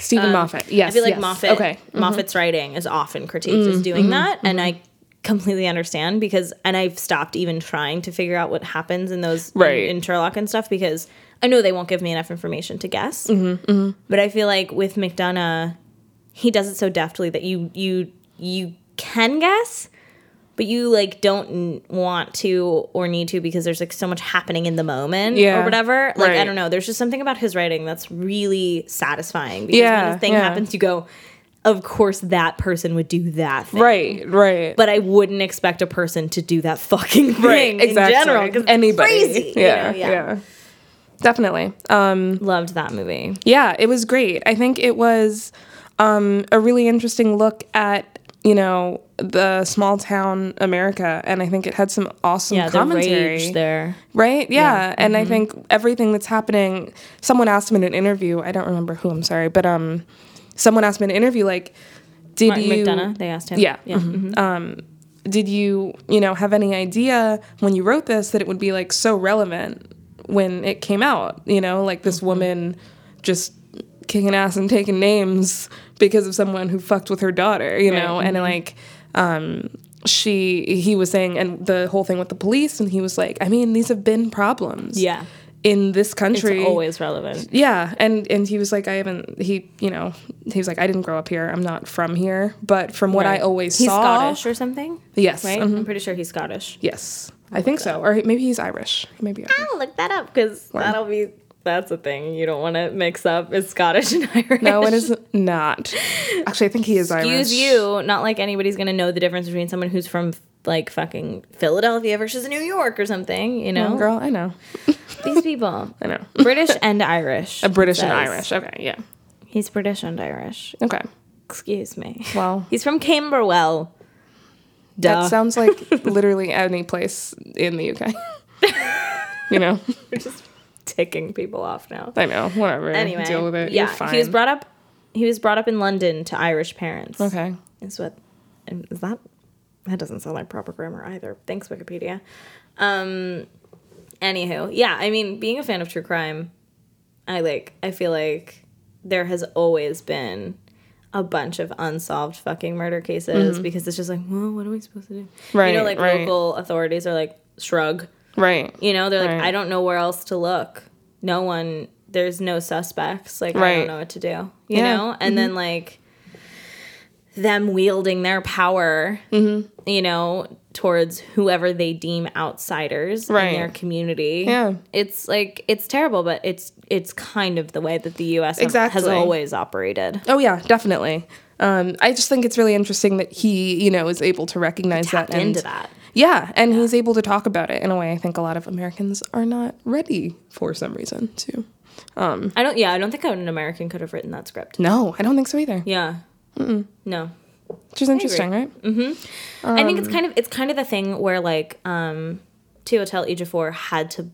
Speaker 2: Stephen Moffat. Yes.
Speaker 1: um, I feel like
Speaker 2: yes.
Speaker 1: Moffat.
Speaker 2: Okay. Mm-hmm.
Speaker 1: Moffat's writing is often critiqued as doing that, and I completely understand because, and I've stopped even trying to figure out what happens in those in-
Speaker 2: Right.
Speaker 1: in, Sherlock and stuff because I know they won't give me enough information to guess.
Speaker 2: Mm-hmm.
Speaker 1: But I feel like with McDonough, he does it so deftly that you you you can guess. But you like don't n- want to or need to because there's like so much happening in the moment
Speaker 2: Yeah.
Speaker 1: or whatever. Like I
Speaker 2: Right.
Speaker 1: don't know. There's just something about his writing that's really satisfying. Because when
Speaker 2: Yeah,
Speaker 1: a thing
Speaker 2: yeah.
Speaker 1: happens, you go, of course that person would do that thing.
Speaker 2: Right. Right.
Speaker 1: But I wouldn't expect a person to do that fucking thing
Speaker 2: right. Exactly.
Speaker 1: in general. 'cause it's
Speaker 2: Anybody.
Speaker 1: crazy, you
Speaker 2: Yeah,
Speaker 1: know?
Speaker 2: yeah. Definitely. Um.
Speaker 1: Loved that movie.
Speaker 2: Yeah. It was great. I think it was um, a really interesting look at you know the small town America, and I think it had some awesome
Speaker 1: Yeah, the
Speaker 2: commentary.
Speaker 1: rage there.
Speaker 2: Right? Yeah. And I think everything that's happening, someone asked me in an interview, I don't remember who, I'm sorry, but um someone asked me in an interview like did
Speaker 1: Martin
Speaker 2: you
Speaker 1: McDonough, they asked him. Mm-hmm.
Speaker 2: Yeah. mhm. Um did you, you know, have any idea when you wrote this that it would be like so relevant when it came out, you know, like
Speaker 1: Mm-hmm.
Speaker 2: this woman just kicking ass and
Speaker 1: Mm-hmm.
Speaker 2: taking names because of someone who fucked with her daughter, you know, and like um she he was saying and the whole thing with the police and he was like i mean these have been problems
Speaker 1: Yeah.
Speaker 2: in this country
Speaker 1: It's always relevant.
Speaker 2: yeah and and he was like i haven't he you know he was like i didn't grow up here i'm not from here but from what i
Speaker 1: Right.
Speaker 2: always
Speaker 1: he's
Speaker 2: saw
Speaker 1: Scottish or something,
Speaker 2: yes
Speaker 1: right?
Speaker 2: mhm,
Speaker 1: I'm pretty sure he's Scottish.
Speaker 2: yes i think so or maybe he's irish maybe irish.
Speaker 1: I'll look that up because that'll be that's a thing you don't want to mix up. It's Scottish and <laughs> Irish.
Speaker 2: no it is not actually i think he is irish
Speaker 1: Excuse you. Not like anybody's gonna know the difference between someone who's from like fucking Philadelphia versus New York or something. You know,
Speaker 2: Oh, girl i know
Speaker 1: these people,
Speaker 2: i know <laughs>
Speaker 1: British and Irish. A
Speaker 2: Mm-hmm. british and irish okay yeah
Speaker 1: He's British and Irish.
Speaker 2: okay
Speaker 1: Excuse me.
Speaker 2: well
Speaker 1: He's from Camberwell. Duh.
Speaker 2: That
Speaker 1: <laughs>
Speaker 2: sounds like literally any place in the UK. you know,
Speaker 1: We're just ticking people off now.
Speaker 2: I know. Whatever.
Speaker 1: <laughs> Anyway,
Speaker 2: deal with it.
Speaker 1: yeah,
Speaker 2: You're fine.
Speaker 1: he was brought up. He was brought up in London to Irish parents.
Speaker 2: okay.
Speaker 1: is what is that that doesn't sound like proper grammar either thanks wikipedia um anywho yeah i mean being a fan of true crime i like i feel like there has always been a bunch of unsolved fucking murder cases because it's just like well what are we supposed to do you
Speaker 2: Mm-hmm. Right,
Speaker 1: know like
Speaker 2: right.
Speaker 1: local authorities are like shrug
Speaker 2: Right.
Speaker 1: you know they're like
Speaker 2: Right.
Speaker 1: i don't know where else to look no one there's no suspects like i don't
Speaker 2: Right.
Speaker 1: know what to do you
Speaker 2: Yeah. Mm-hmm.
Speaker 1: know and then like them wielding their power
Speaker 2: Mm-hmm.
Speaker 1: you know towards whoever they deem outsiders in
Speaker 2: Right.
Speaker 1: their community
Speaker 2: Yeah.
Speaker 1: it's like it's terrible but it's it's kind of the way that the us have- has
Speaker 2: Exactly.
Speaker 1: always operated
Speaker 2: Oh yeah, definitely. Um, I just think it's really interesting that he, you know, is able to recognize that
Speaker 1: tapped
Speaker 2: and
Speaker 1: into that
Speaker 2: yeah, and he's able to talk about it in a way I think a lot of Americans are not ready for some reason to.
Speaker 1: i don't yeah i don't think an american could have written that script
Speaker 2: No, I don't think so either.
Speaker 1: yeah no
Speaker 2: Which is interesting, right?
Speaker 1: Mm-hmm. I think
Speaker 2: Um,
Speaker 1: it's kind of it's kind of the thing where like um Teotel Ejiofor had to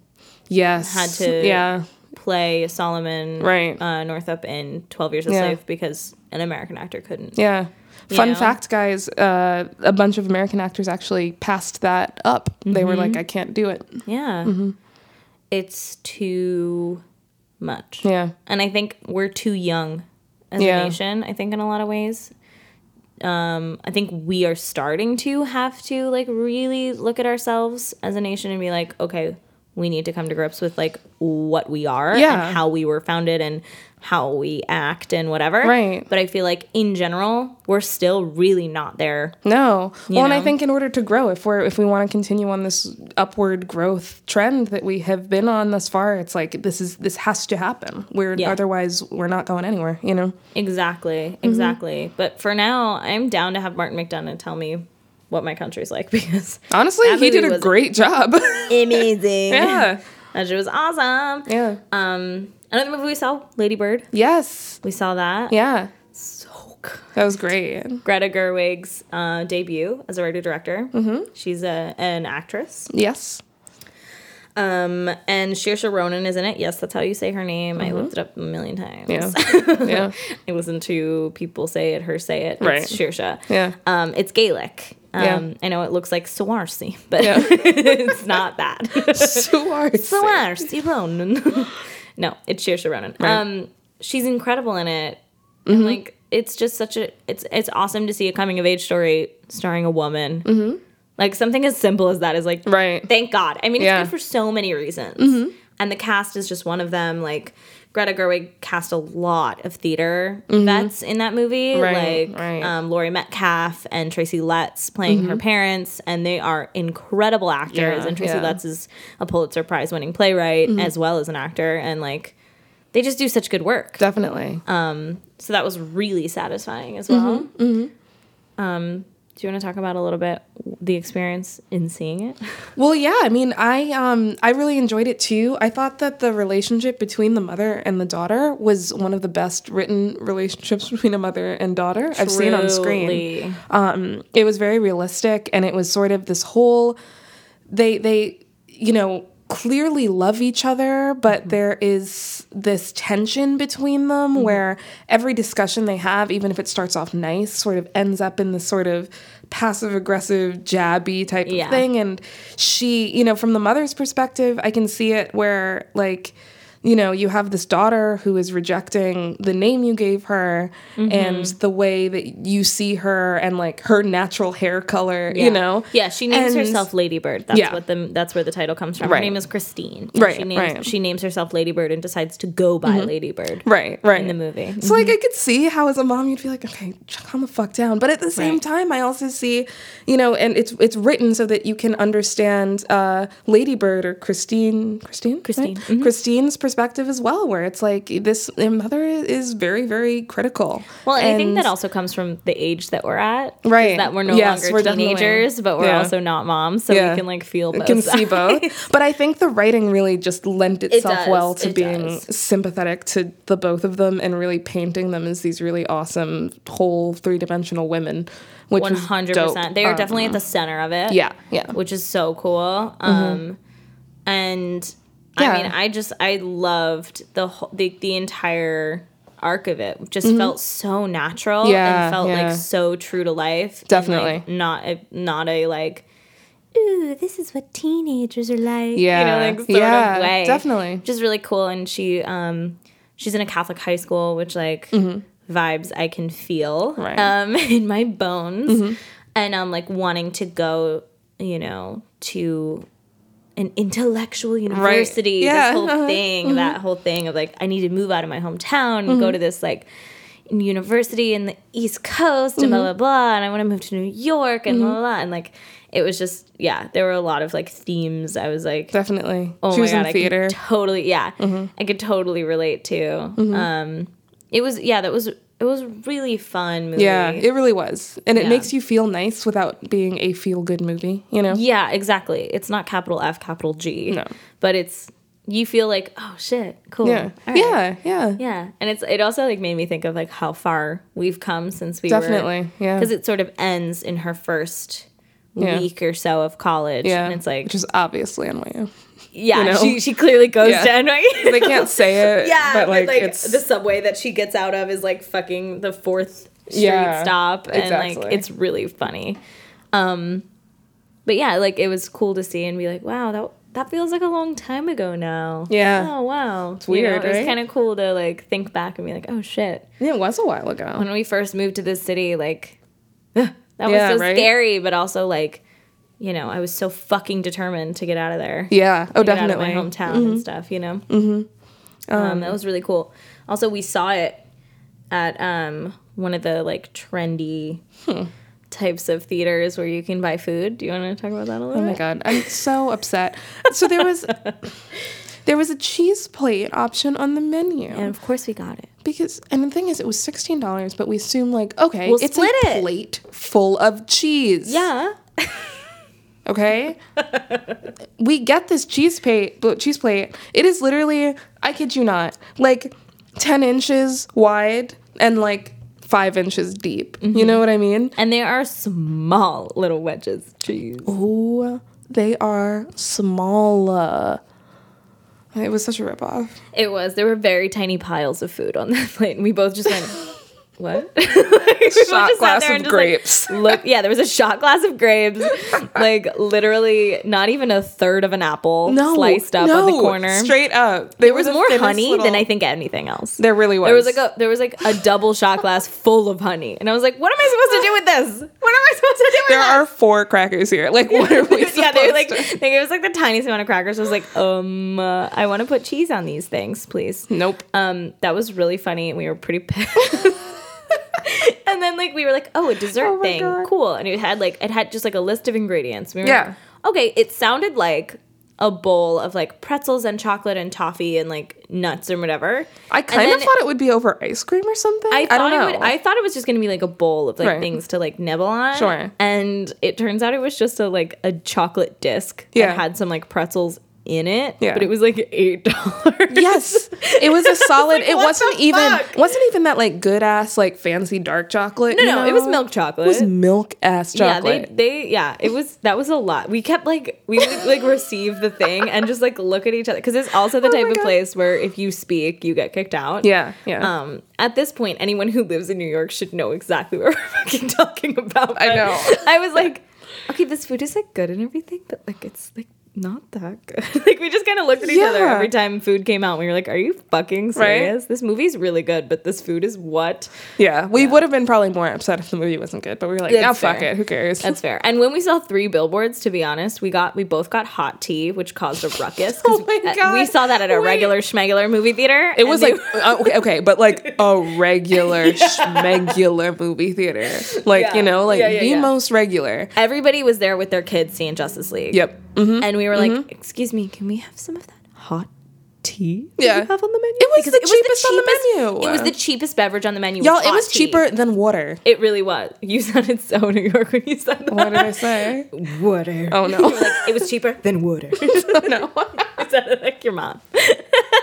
Speaker 2: Yes.
Speaker 1: Had to-
Speaker 2: Yeah.
Speaker 1: play Solomon
Speaker 2: Right.
Speaker 1: uh, Northup in Twelve Years a
Speaker 2: Yeah.
Speaker 1: Slave because an American actor couldn't.
Speaker 2: Yeah.
Speaker 1: You
Speaker 2: Fun
Speaker 1: know?
Speaker 2: fact, guys, uh, a bunch of American actors actually passed that up. They
Speaker 1: Mm-hmm.
Speaker 2: were like, I can't do it.
Speaker 1: Yeah,
Speaker 2: Mm-hmm.
Speaker 1: it's too much,
Speaker 2: Yeah.
Speaker 1: and I think we're too young as
Speaker 2: Yeah.
Speaker 1: a nation. I think in a lot of ways. Um, I think we are starting to have to like really look at ourselves as a nation and be like, okay, we need to come to grips with like what we are
Speaker 2: Yeah.
Speaker 1: and how we were founded and how we act and whatever.
Speaker 2: Right.
Speaker 1: But I feel like in general, we're still really not there.
Speaker 2: No. well, and I
Speaker 1: know?
Speaker 2: think in order to grow, if we're if we want to continue on this upward growth trend that we have been on thus far, it's like this is this has to happen. We're
Speaker 1: Yeah.
Speaker 2: otherwise we're not going anywhere, you know?
Speaker 1: Exactly.
Speaker 2: Mm-hmm.
Speaker 1: Exactly. But for now, I'm down to have Martin McDonough tell me what my country's like <laughs> because
Speaker 2: Honestly,
Speaker 1: That
Speaker 2: he
Speaker 1: movie
Speaker 2: did a
Speaker 1: was-
Speaker 2: great
Speaker 1: <laughs>
Speaker 2: job. <laughs>
Speaker 1: amazing.
Speaker 2: yeah.
Speaker 1: That shit was awesome.
Speaker 2: Yeah.
Speaker 1: Um, another movie we saw, Lady Bird.
Speaker 2: yes.
Speaker 1: We saw that.
Speaker 2: Yeah.
Speaker 1: So good.
Speaker 2: That was great.
Speaker 1: Greta Gerwig's uh, debut as a writer director. Mm-hmm. She's a, an actress. <laughs>
Speaker 2: Yes.
Speaker 1: Um, and Saoirse Ronan is in it. Yes, that's how you say her name. I looked it up a million times. <laughs>
Speaker 2: Mm-hmm. Yeah. yeah.
Speaker 1: I listen to people say it, her say it.
Speaker 2: Right.
Speaker 1: It's Saoirse.
Speaker 2: Yeah.
Speaker 1: Um, it's Gaelic.
Speaker 2: Yeah.
Speaker 1: Um, I know it looks like Swarsi, but
Speaker 2: Yeah.
Speaker 1: <laughs> it's not that.
Speaker 2: <laughs> so hard.
Speaker 1: Swarsi Ronan. <laughs> no, it's Saoirse Ronan. Um, she's incredible in it. And like, it's just such a it's it's awesome to see a coming of age story starring a woman. Mm-hmm. Like something as simple as that is like
Speaker 2: Right.
Speaker 1: Thank God. I mean, it's
Speaker 2: Yeah. Mm-hmm.
Speaker 1: good for so many reasons. And the cast is just one of them. Like, Greta Gerwig cast a lot of theater vets in that movie.
Speaker 2: Mm-hmm. Right,
Speaker 1: like,
Speaker 2: right. Mm-hmm.
Speaker 1: Um, Laurie Metcalf and Tracy Letts playing her parents. And they are incredible actors.
Speaker 2: Yeah,
Speaker 1: and Tracy
Speaker 2: yeah. Mm-hmm.
Speaker 1: Letts is a Pulitzer Prize winning playwright as well as an actor. And, like, they just do such good work.
Speaker 2: Definitely.
Speaker 1: So that was really satisfying as well.
Speaker 2: Mm-hmm,
Speaker 1: Um, do you want to talk about a little bit the experience in seeing it?
Speaker 2: Well, yeah, I mean, I um I really enjoyed it too. I thought that the relationship between the mother and the daughter was one of the best written relationships <laughs> between a mother and daughter I've seen on screen.
Speaker 1: Truly.
Speaker 2: Um it was very realistic and it was sort of this whole they they you know clearly love each other
Speaker 1: Mm-hmm.
Speaker 2: but there is this tension between them where every discussion they have even if it starts off nice sort of ends up in this sort of passive aggressive jabby type
Speaker 1: Yeah.
Speaker 2: of thing and she you know from the mother's perspective i can see it where like you know, you have this daughter who is rejecting the name you gave her and
Speaker 1: Mm-hmm.
Speaker 2: the way that you see her and like her natural hair color, you know?
Speaker 1: Yeah, she names
Speaker 2: And-
Speaker 1: herself Ladybird. That's
Speaker 2: Yeah.
Speaker 1: what the that's where the title comes from.
Speaker 2: Right.
Speaker 1: Her name is Christine.
Speaker 2: Right,
Speaker 1: She names
Speaker 2: right. Mm-hmm.
Speaker 1: she names herself Ladybird and decides to go by Ladybird
Speaker 2: Right, right.
Speaker 1: in the movie. Mm-hmm.
Speaker 2: So like I could see how as a mom you'd be like, okay, calm the fuck down. But at the same
Speaker 1: Right.
Speaker 2: time, I also see, you know, and it's it's written so that you can understand uh, Ladybird or Christine, Christine,
Speaker 1: Christine, mm-hmm.
Speaker 2: Christine's perspective as well, where it's like this their mother is very very critical.
Speaker 1: Well, and, I think that also comes from the age that we're at. is
Speaker 2: Right.
Speaker 1: That we're no
Speaker 2: Yes,
Speaker 1: longer
Speaker 2: we're definitely-
Speaker 1: teenagers, but we're
Speaker 2: Yeah.
Speaker 1: also not moms, so
Speaker 2: Yeah.
Speaker 1: we can like feel both.
Speaker 2: can see both. <laughs> But I think the writing really just lent itself
Speaker 1: does,
Speaker 2: well to
Speaker 1: it
Speaker 2: being
Speaker 1: does.
Speaker 2: sympathetic to the both of them and really painting them as these really awesome whole three dimensional women, which
Speaker 1: One
Speaker 2: was
Speaker 1: hundred
Speaker 2: dope.
Speaker 1: percent. They are
Speaker 2: Um,
Speaker 1: definitely at the center of it.
Speaker 2: yeah, yeah. Mm-hmm.
Speaker 1: Which is so cool. Um, and
Speaker 2: Yeah.
Speaker 1: I mean, I just I loved the whole, the the entire arc of it. Just felt so natural
Speaker 2: Mm-hmm. Yeah,
Speaker 1: and felt
Speaker 2: yeah.
Speaker 1: like so true to life. and, like,
Speaker 2: Definitely.
Speaker 1: not a not a like. Ooh, this is what teenagers are like. you
Speaker 2: Yeah.
Speaker 1: know, like sort
Speaker 2: Yeah,
Speaker 1: of way.
Speaker 2: definitely.
Speaker 1: which is really cool. And she um, she's in a Catholic high school, which like vibes I can feel
Speaker 2: Mm-hmm. Right. Mm-hmm.
Speaker 1: um, <laughs> in my bones, and I'm like wanting to go, you know, to an intellectual university.
Speaker 2: Yeah. Mm-hmm.
Speaker 1: This
Speaker 2: <laughs>
Speaker 1: whole thing, that whole thing of like, I need to move out of my hometown and go to this like university in the East Coast and
Speaker 2: Mm-hmm.
Speaker 1: blah blah blah, and I want to move to New York and blah, blah blah, and like. It was just, yeah, there were a lot of like themes. I was like,
Speaker 2: Definitely.
Speaker 1: oh
Speaker 2: she was
Speaker 1: my god,
Speaker 2: in theater.
Speaker 1: I
Speaker 2: Mm-hmm.
Speaker 1: could totally, yeah, I could totally relate to. Um, it was, yeah, that was it was a really fun movie.
Speaker 2: yeah, it really was. And it
Speaker 1: Yeah.
Speaker 2: makes you feel nice without being a feel good movie, you know?
Speaker 1: yeah, exactly. It's not capital F, capital G.
Speaker 2: No.
Speaker 1: but it's you feel like oh shit, cool,
Speaker 2: Yeah.
Speaker 1: All right.
Speaker 2: Yeah, yeah.
Speaker 1: yeah, and it's it also like made me think of like how far we've come since we
Speaker 2: Definitely, yeah.
Speaker 1: because it sort of ends in her first.
Speaker 2: Yeah.
Speaker 1: Week or so of college,
Speaker 2: Yeah.
Speaker 1: and it's like,
Speaker 2: which is obviously NYU.
Speaker 1: yeah,
Speaker 2: you know?
Speaker 1: she, she clearly goes
Speaker 2: Yeah.
Speaker 1: to NYU.
Speaker 2: They can't
Speaker 1: <laughs>
Speaker 2: say it,
Speaker 1: Yeah,
Speaker 2: but like, it's
Speaker 1: the subway that she gets out of is like fucking the fourth street
Speaker 2: Yeah,
Speaker 1: stop, and like
Speaker 2: exactly.
Speaker 1: it's really funny. Um, but yeah, like it was cool to see and be like, wow, that that feels like a long time ago now.
Speaker 2: Yeah.
Speaker 1: Oh wow, it's
Speaker 2: weird,
Speaker 1: It
Speaker 2: right?
Speaker 1: was kind of cool to like think back and be like, oh shit,
Speaker 2: it was a while ago.
Speaker 1: when we first moved to this city, like <sighs> that
Speaker 2: Yeah,
Speaker 1: was so
Speaker 2: right?
Speaker 1: scary, but also like, you know, I was so fucking determined to get out of there
Speaker 2: Yeah. Oh,
Speaker 1: get out of
Speaker 2: definitely.
Speaker 1: my hometown and stuff, you know. Mm-hmm. Um, that was really cool. Also, we saw it at um, one of the like trendy
Speaker 2: Hmm.
Speaker 1: types of theaters where you can buy food. Do you want to talk about that a little?
Speaker 2: Oh my god, I'm so upset. So
Speaker 1: <laughs>
Speaker 2: there was there was a cheese plate option on the menu
Speaker 1: And of course, we got it.
Speaker 2: because and the thing is it was sixteen dollars, but we assume like okay,
Speaker 1: We'll
Speaker 2: it's
Speaker 1: split
Speaker 2: a
Speaker 1: it.
Speaker 2: plate full of cheese.
Speaker 1: Yeah, <laughs>
Speaker 2: Okay. we get this cheese plate. bl- Cheese plate. It is literally, I kid you not, like ten inches wide and like five inches deep.
Speaker 1: Mm-hmm.
Speaker 2: You know what I mean?
Speaker 1: and there are small little wedges cheese.
Speaker 2: Ooh, they are small. uh, It was such a ripoff.
Speaker 1: It was. There were very tiny piles of food on that <laughs> plate, and we both just
Speaker 2: <laughs>
Speaker 1: went. What? <laughs>
Speaker 2: Shot
Speaker 1: sat
Speaker 2: glass
Speaker 1: there
Speaker 2: of
Speaker 1: and just, like, <laughs>
Speaker 2: grapes.
Speaker 1: look yeah there was a shot glass of
Speaker 2: <laughs>
Speaker 1: grapes like literally not even a third of an apple sliced up on the
Speaker 2: no,
Speaker 1: corner
Speaker 2: Straight up. There
Speaker 1: there was more honey than i think anything else
Speaker 2: There really was.
Speaker 1: there was like a there was like a double shot glass full of honey and i was like what am i supposed to do with this what am i supposed to do with
Speaker 2: There
Speaker 1: this? <laughs>
Speaker 2: are four crackers here. Like, what are we supposed
Speaker 1: yeah, they were like,
Speaker 2: to?
Speaker 1: they gave us like the tiniest amount of crackers. I was like, um, uh, I want to put cheese on these things, please.
Speaker 2: Nope.
Speaker 1: Um, that was really funny, and we were pretty <laughs> pissed. and then like we were like, oh, a dessert
Speaker 2: Oh my
Speaker 1: thing,
Speaker 2: God.
Speaker 1: cool. And it had like it had just like a list of ingredients. We were
Speaker 2: Yeah.
Speaker 1: like, okay, it sounded like a bowl of like pretzels and chocolate and toffee and like nuts and whatever.
Speaker 2: I
Speaker 1: And
Speaker 2: kind
Speaker 1: then-
Speaker 2: of thought it would be over ice cream or something. I,
Speaker 1: I thought
Speaker 2: don't know.
Speaker 1: it <laughs> would, I thought it was just gonna be like a bowl of like
Speaker 2: Right.
Speaker 1: things to like nibble on.
Speaker 2: Sure.
Speaker 1: And it turns out it was just a like a chocolate disc
Speaker 2: Yeah.
Speaker 1: that had some like pretzels in it.
Speaker 2: Yeah.
Speaker 1: But it was like eight dollars.
Speaker 2: yes,
Speaker 1: <laughs>
Speaker 2: it was a solid.
Speaker 1: like,
Speaker 2: it
Speaker 1: what
Speaker 2: wasn't
Speaker 1: the
Speaker 2: even
Speaker 1: fuck?
Speaker 2: wasn't even that like good ass like fancy dark chocolate.
Speaker 1: No,
Speaker 2: you
Speaker 1: no, it was
Speaker 2: know?
Speaker 1: milk chocolate.
Speaker 2: It was milk ass chocolate.
Speaker 1: Yeah, they, they, yeah, it was, that was a lot. We kept like, we would like receive the thing and just like look at each other. Cause it's also the
Speaker 2: Oh my
Speaker 1: type of
Speaker 2: God.
Speaker 1: place where if you speak, you get kicked out.
Speaker 2: yeah, yeah.
Speaker 1: Um, at this point, anyone who lives in New York should know exactly what we're <laughs> fucking talking about.
Speaker 2: I
Speaker 1: but
Speaker 2: know.
Speaker 1: I was like, okay, this food is like good and everything, but like it's like not that good. <laughs> like we just kind of looked at each other
Speaker 2: Yeah.
Speaker 1: every time food came out. We were like, "Are you fucking serious? This movie's really good, but this food is what?"
Speaker 2: Yeah, we would have been probably more upset if the movie wasn't good, but we were like,
Speaker 1: That's
Speaker 2: "Oh fuck
Speaker 1: fair.
Speaker 2: it, who cares?"
Speaker 1: That's fair. And when we saw three billboards, to be honest, we got we both got hot tea, which caused a
Speaker 2: <laughs>
Speaker 1: ruckus. 'cause
Speaker 2: Oh my
Speaker 1: that-
Speaker 2: God.
Speaker 1: we saw that at a
Speaker 2: Wait.
Speaker 1: regular schmegular movie theater.
Speaker 2: it was like uh, okay, okay,
Speaker 1: <laughs>
Speaker 2: but like a regular schmegular movie theater, like
Speaker 1: Yeah.
Speaker 2: you know, like
Speaker 1: Yeah, yeah,
Speaker 2: the
Speaker 1: yeah.
Speaker 2: most regular.
Speaker 1: everybody was there with their kids seeing Justice League.
Speaker 2: Yep. Mhm.
Speaker 1: And we were like, "Excuse me, can we have some of that hot tea? that
Speaker 2: Yeah.
Speaker 1: you have on the menu.
Speaker 2: It was the cheapest on the
Speaker 1: cheapest-
Speaker 2: menu.
Speaker 1: It was the cheapest beverage on the menu.
Speaker 2: Y'all, it
Speaker 1: hot
Speaker 2: was
Speaker 1: tea.
Speaker 2: cheaper than water.
Speaker 1: It really was. <laughs> You sounded so New York when you said that.
Speaker 2: What did I say?
Speaker 1: Water.
Speaker 2: Oh no,
Speaker 1: <laughs>
Speaker 2: Oh,
Speaker 1: You were like, <laughs> it was cheaper <laughs> than water.
Speaker 2: no.
Speaker 1: it sounded like your mom. <laughs>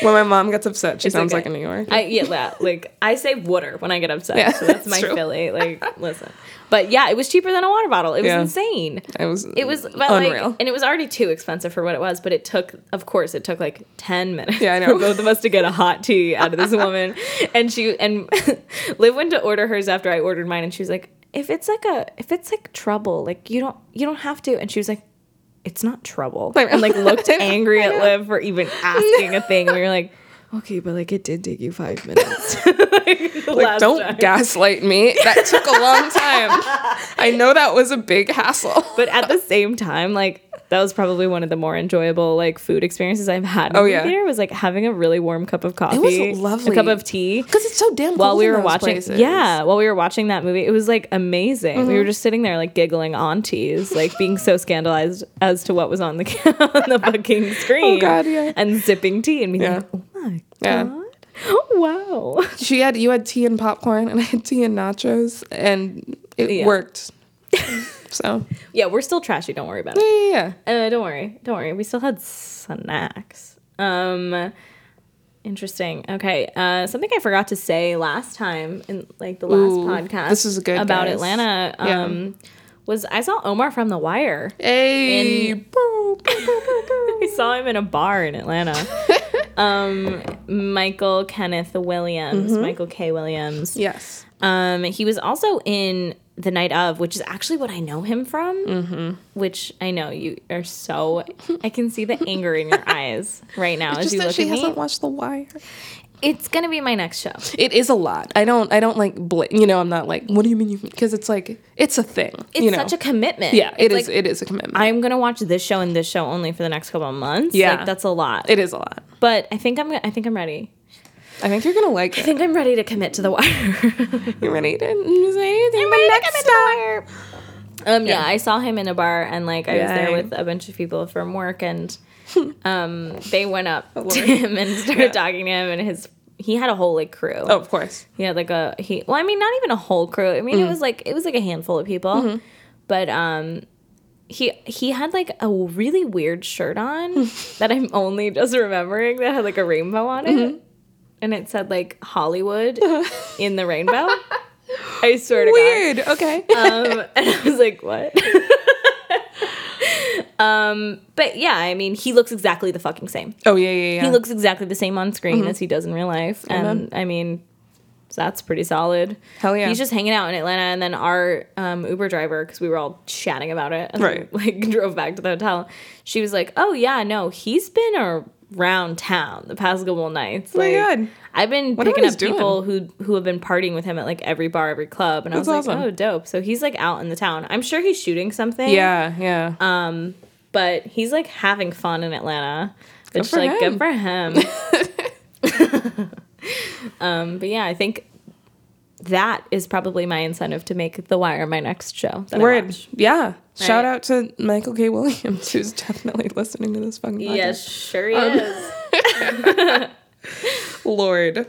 Speaker 2: When my mom gets upset, she sounds
Speaker 1: okay.
Speaker 2: like a New York.
Speaker 1: I yeah, la- like I say water when I get upset.
Speaker 2: Yeah,
Speaker 1: so that's,
Speaker 2: that's
Speaker 1: my
Speaker 2: true.
Speaker 1: Philly. Like, listen. But yeah, it was cheaper than a water bottle. It was
Speaker 2: Yeah.
Speaker 1: insane.
Speaker 2: It was
Speaker 1: It was but
Speaker 2: unreal.
Speaker 1: like and it was already too expensive for what it was, but it took of course it took like ten minutes
Speaker 2: Yeah, I know.
Speaker 1: for both of us to get a hot tea out
Speaker 2: <laughs>
Speaker 1: of this woman. And she and <laughs> Liv went to order hers after I ordered mine and she was like, if it's like a if it's like trouble, like you don't you don't have to and she was like it's not trouble.
Speaker 2: I know.
Speaker 1: And like looked
Speaker 2: <laughs> I know.
Speaker 1: angry
Speaker 2: I
Speaker 1: at
Speaker 2: know.
Speaker 1: Liv for even asking a thing. We were like,
Speaker 3: Okay, but like it did take you
Speaker 2: <laughs>
Speaker 3: five minutes.
Speaker 1: like, the
Speaker 2: like,
Speaker 1: last
Speaker 2: don't
Speaker 1: time.
Speaker 2: gaslight me. That took a
Speaker 1: <laughs>
Speaker 2: long time. I know that was a big hassle.
Speaker 1: But at the same time, like that was probably one of the more enjoyable like food experiences I've had. In
Speaker 2: Oh,
Speaker 1: the
Speaker 2: yeah.
Speaker 1: theater was like having a really warm cup of coffee,
Speaker 2: lovely.
Speaker 1: a cup of tea.
Speaker 2: Because it's so damn cold
Speaker 1: While we
Speaker 2: in
Speaker 1: were
Speaker 2: those
Speaker 1: watching,
Speaker 2: places. Mm-hmm.
Speaker 1: yeah, while we were watching that movie, it was like amazing. We were just sitting there like giggling on teas, like being so scandalized as to what was on the <laughs> on the
Speaker 2: <laughs>
Speaker 1: fucking screen.
Speaker 2: Oh, God, yeah.
Speaker 1: and zipping tea and being
Speaker 2: Yeah.
Speaker 1: like, oh my
Speaker 2: Yeah.
Speaker 1: god, wow.
Speaker 2: She had you had tea and popcorn, and <laughs> I had tea and nachos, and it
Speaker 1: Yeah.
Speaker 2: <laughs> worked. so
Speaker 1: Yeah, we're still trashy. Don't worry about it.
Speaker 2: yeah, yeah, yeah.
Speaker 1: Uh, don't worry, don't worry. We still had snacks. Um, interesting. Okay, uh, something I forgot to say last time in like the last
Speaker 2: Ooh,
Speaker 1: podcast.
Speaker 2: this is good,
Speaker 1: about
Speaker 2: guys.
Speaker 1: Atlanta.
Speaker 2: Yeah.
Speaker 1: Um, was I saw Omar from The Wire.
Speaker 2: Hey, boop, boop, boop, boop,
Speaker 1: <laughs>
Speaker 2: boop.
Speaker 1: I saw him in a bar in
Speaker 2: <laughs>
Speaker 1: Atlanta. um, Michael Kenneth Williams,
Speaker 2: Mm-hmm.
Speaker 1: Michael K. Williams.
Speaker 2: yes,
Speaker 1: Um, he was also in The Night of, which is actually what I know him from. Which I know you are so. I can see the anger in your eyes right now as
Speaker 2: just
Speaker 1: you
Speaker 2: that
Speaker 1: look
Speaker 2: she
Speaker 1: at
Speaker 2: hasn't
Speaker 1: me.
Speaker 2: watched The Wire.
Speaker 1: It's gonna be my next show.
Speaker 2: It is a lot. I don't. I don't like. Bl- you know, I'm not like. What do you mean? you Because it's like it's a thing.
Speaker 1: It's
Speaker 2: you know.
Speaker 1: such a commitment.
Speaker 2: yeah.
Speaker 1: it's
Speaker 2: It is.
Speaker 1: like,
Speaker 2: it is a commitment.
Speaker 1: I'm gonna watch this show and this show only for the next couple of months.
Speaker 2: Yeah.
Speaker 1: like, that's a lot.
Speaker 2: it is a lot.
Speaker 1: but I think I'm. I think I'm ready.
Speaker 2: I think you're gonna like
Speaker 1: I
Speaker 2: it.
Speaker 1: think I'm ready to commit to the wire. <laughs>
Speaker 2: You ready to you ready to take my next star?
Speaker 1: Um, yeah. I saw him in a bar, and like I was there
Speaker 2: Yay.
Speaker 1: with a bunch of people from work, and um, they went up to him and started talking to him, and his he had a whole like crew.
Speaker 2: Oh, <laughs> of course.
Speaker 1: He had like a he. Well, I mean, not even a whole crew. I mean, it was like it was like a handful of people, but um. He he had like a really weird shirt on that I'm only just remembering that had like a rainbow on it, and it said like Hollywood in the rainbow. I swear to God,
Speaker 2: Weird. Okay.
Speaker 1: um, <laughs> and I was like, what? <laughs> um, but yeah, I mean, he looks exactly the fucking same.
Speaker 2: oh yeah, yeah, yeah. Mm-hmm.
Speaker 1: He looks exactly the same on screen as he does in real life, and I mean, that's pretty solid.
Speaker 2: Hell yeah.
Speaker 1: He's just hanging out in Atlanta, and then our um, Uber driver, because we were all chatting about it, and <laughs>
Speaker 2: Right.
Speaker 1: like drove back to the hotel. She was like, "Oh yeah, no, he's been around town the past couple nights.
Speaker 2: Oh my
Speaker 1: like,
Speaker 2: God.
Speaker 1: I've been
Speaker 2: Wonder
Speaker 1: picking
Speaker 2: what
Speaker 1: up
Speaker 2: he's
Speaker 1: people who who have been partying with him at like every bar, every club, and
Speaker 2: That's
Speaker 1: I was like,
Speaker 2: awesome.
Speaker 1: oh, dope. So he's like out in the town. I'm sure he's shooting something.
Speaker 2: yeah, yeah.
Speaker 1: but he's like having fun in Atlanta. Which
Speaker 2: for
Speaker 1: like
Speaker 2: him.
Speaker 1: good for him.
Speaker 2: <laughs>
Speaker 1: um, but yeah, I think that is probably my incentive to make The Wire my next show. That I
Speaker 2: Word.
Speaker 1: watch.
Speaker 2: Yeah.
Speaker 1: Right.
Speaker 2: Shout out to Michael K. Williams, <laughs> who's definitely listening to this fucking podcast.
Speaker 1: Yes, sure
Speaker 2: Um, <laughs>
Speaker 1: is.
Speaker 2: Lord.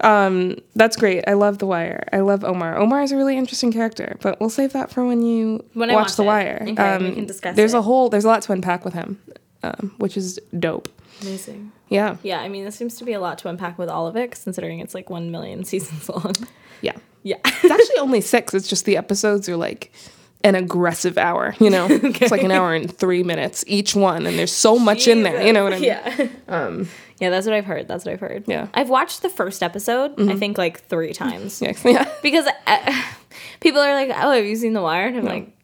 Speaker 2: Um, that's great. I love The Wire. I love Omar. Omar is a really interesting character, but we'll save that for when you
Speaker 1: When I
Speaker 2: watch,
Speaker 1: watch
Speaker 2: The
Speaker 1: it.
Speaker 2: Wire.
Speaker 1: Okay, we
Speaker 2: um,
Speaker 1: can discuss
Speaker 2: There's
Speaker 1: it.
Speaker 2: a whole. There's a lot to unpack with him, um, which is dope.
Speaker 1: Amazing.
Speaker 2: Yeah.
Speaker 1: Yeah, I mean, this seems to be a lot to unpack with all of it, considering it's like one million <laughs> seasons long. <laughs>
Speaker 2: Yeah.
Speaker 1: Yeah.
Speaker 2: It's actually only six. It's just the episodes are like an aggressive hour, you
Speaker 1: <laughs>
Speaker 2: know? It's like an hour and three minutes each one, and there's so much in there. You
Speaker 1: <laughs>
Speaker 2: know what I mean? Um,
Speaker 1: Yeah. yeah, that's what I've heard. That's what I've heard.
Speaker 2: Yeah. Mm-hmm.
Speaker 1: I've watched the first episode, I think, like three times.
Speaker 2: Yeah. <laughs> yeah.
Speaker 1: Because <laughs>
Speaker 2: <laughs>
Speaker 1: uh, people are like, oh, have you seen The Wire? And I'm like,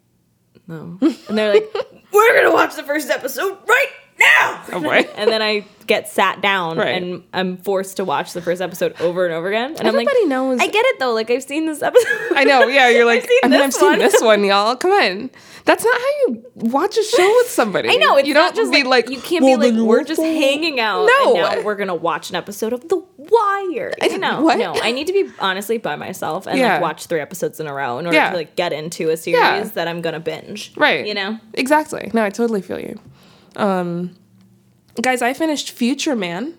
Speaker 1: no. And they're like, we're gonna watch the first episode right now.
Speaker 2: Oh
Speaker 1: <laughs>
Speaker 2: boy.
Speaker 1: And then I get sat down
Speaker 2: Right.
Speaker 1: and I'm forced to watch the first episode over and over again. And I'm
Speaker 2: Everybody
Speaker 1: like,
Speaker 2: knows-
Speaker 1: I get it though. Like I've seen this episode.
Speaker 2: I know. Yeah, you're
Speaker 1: <laughs>
Speaker 2: like,
Speaker 1: I've seen
Speaker 2: I mean,
Speaker 1: this
Speaker 2: I've seen
Speaker 1: one."
Speaker 2: this one, y'all. Come on, that's not how you watch a show with somebody.
Speaker 1: <laughs> I know. It's
Speaker 2: you
Speaker 1: not
Speaker 2: don't
Speaker 1: just
Speaker 2: be like,
Speaker 1: you can't
Speaker 2: "Well,
Speaker 1: be
Speaker 2: then
Speaker 1: like
Speaker 2: you
Speaker 1: we're
Speaker 2: won't
Speaker 1: just
Speaker 2: fall."
Speaker 1: hanging out.
Speaker 2: No.
Speaker 1: and now we're gonna watch an episode of The Wire. You know,
Speaker 2: <laughs> what?
Speaker 1: no. I need to be honestly by myself and
Speaker 2: Yeah.
Speaker 1: like watch three episodes in a row in order
Speaker 2: Yeah.
Speaker 1: to like get into a series
Speaker 2: Yeah.
Speaker 1: that I'm gonna binge.
Speaker 2: Right.
Speaker 1: You know.
Speaker 2: Exactly. No, I totally feel you. Um, guys, I finished Future Man.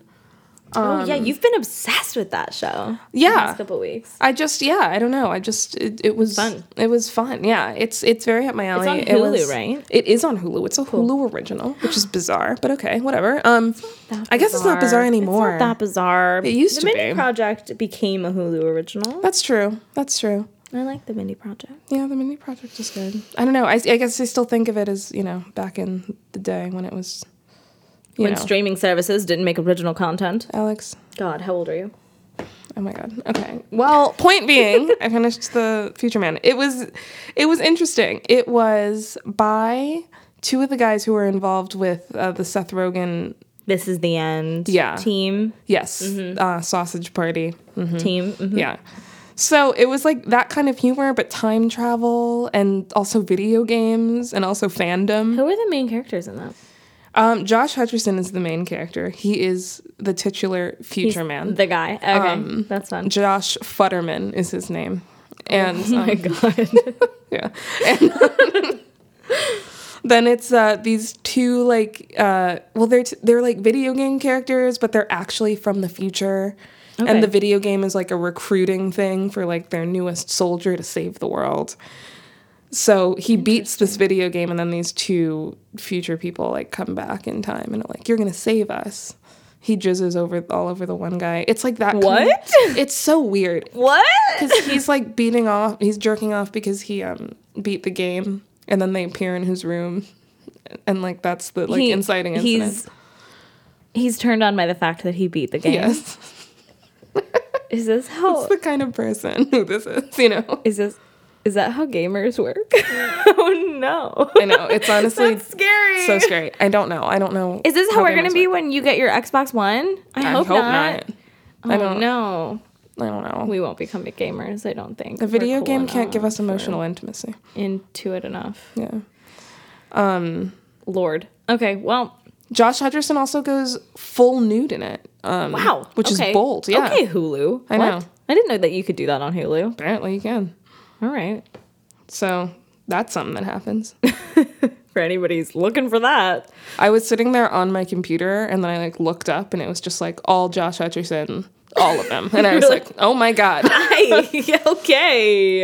Speaker 1: oh yeah, you've been obsessed with that show.
Speaker 2: Um, Yeah.
Speaker 1: The last couple weeks.
Speaker 2: I just yeah, I don't know. I just it, it was
Speaker 1: Fun.
Speaker 2: It was fun. Yeah, it's it's very up my alley.
Speaker 1: on
Speaker 2: It was-
Speaker 1: Hulu, right?
Speaker 2: It is on Hulu. It's a Hulu original, which is bizarre, but okay, whatever. Um, I guess it's not bizarre anymore.
Speaker 1: It's not that bizarre.
Speaker 2: It used
Speaker 1: the
Speaker 2: to
Speaker 1: Mindy
Speaker 2: be.
Speaker 1: Project became a Hulu original.
Speaker 2: That's true. That's true.
Speaker 1: I like the Mindy Project.
Speaker 2: Yeah, the Mindy Project is good. I don't know. I, I guess I still think of it as you know back in the day when it was. You
Speaker 1: When
Speaker 2: know,
Speaker 1: streaming services didn't make original content.
Speaker 2: Alex.
Speaker 1: God, how old are you?
Speaker 2: Oh my god. Okay. Well, point being, I finished the Future Man. It was it was interesting. It was by two of the guys who were involved with uh, the Seth Rogen
Speaker 1: This is the end.
Speaker 2: Yeah.
Speaker 1: Team.
Speaker 2: yes uh, sausage party.
Speaker 1: Team. mhm.
Speaker 2: Yeah. So it was like that kind of humor, but time travel and also video games and also fandom.
Speaker 1: Who are the main characters in that?
Speaker 2: Um, Josh Hutcherson is the main character. He is the titular Future Man.
Speaker 1: The guy. Okay, that's
Speaker 2: <laughs>
Speaker 1: fun.
Speaker 2: Josh Futterman is his name. And um,
Speaker 1: Oh <laughs> my god.
Speaker 2: Yeah. And <laughs> then it's uh, these two like uh, well they're t- they're like video game characters, but they're actually from the future.
Speaker 1: Okay.
Speaker 2: And the video game is like a recruiting thing for like their newest soldier to save the world. So he beats this video game, and then these two future people like come back in time and are like, "You're gonna save us." He jizzes over all over the one guy. It's like that. kind of-
Speaker 1: What?
Speaker 2: it's so weird
Speaker 1: what?
Speaker 2: because he's like beating off he's jerking off because he um beat the game and then they appear in his room and like that's the like
Speaker 1: He-
Speaker 2: inciting incident
Speaker 1: He's he's turned on by the fact that he beat the game.
Speaker 2: yes <laughs>
Speaker 1: Is this how?
Speaker 2: that's the kind of person who this is you know
Speaker 1: Is this? Is that how gamers
Speaker 2: <laughs>
Speaker 1: work? <laughs> oh no.
Speaker 2: i know it's
Speaker 1: <laughs>
Speaker 2: honestly
Speaker 1: That's scary.
Speaker 2: so scary i don't know i don't know
Speaker 1: Is this how, we're
Speaker 2: gamers
Speaker 1: gonna be
Speaker 2: work.
Speaker 1: when you get your Xbox One? I,
Speaker 2: i
Speaker 1: hope, not.
Speaker 2: I
Speaker 1: Oh,
Speaker 2: don't-
Speaker 1: no.
Speaker 2: i don't know
Speaker 1: We won't become gamers, I don't think.
Speaker 2: the video game can't give
Speaker 1: us
Speaker 2: us emotional intimacy
Speaker 1: into it enough.
Speaker 2: yeah um
Speaker 1: Lord. Okay, well,
Speaker 2: josh hutcherson also goes full nude in it um
Speaker 1: wow.
Speaker 2: which
Speaker 1: okay.
Speaker 2: is bold yeah
Speaker 1: Okay, Hulu.
Speaker 2: I know.
Speaker 1: I didn't know that you could do that on Hulu.
Speaker 2: apparently you can
Speaker 1: All right.
Speaker 2: so that's something that happens
Speaker 1: For anybody who's looking for that.
Speaker 2: I was sitting there on my computer and then I like looked up and it was just like all Josh Hutcherson, all of them. And
Speaker 1: <laughs>
Speaker 2: I was
Speaker 1: Really?
Speaker 2: like, oh my God.
Speaker 1: Hey, <laughs> okay.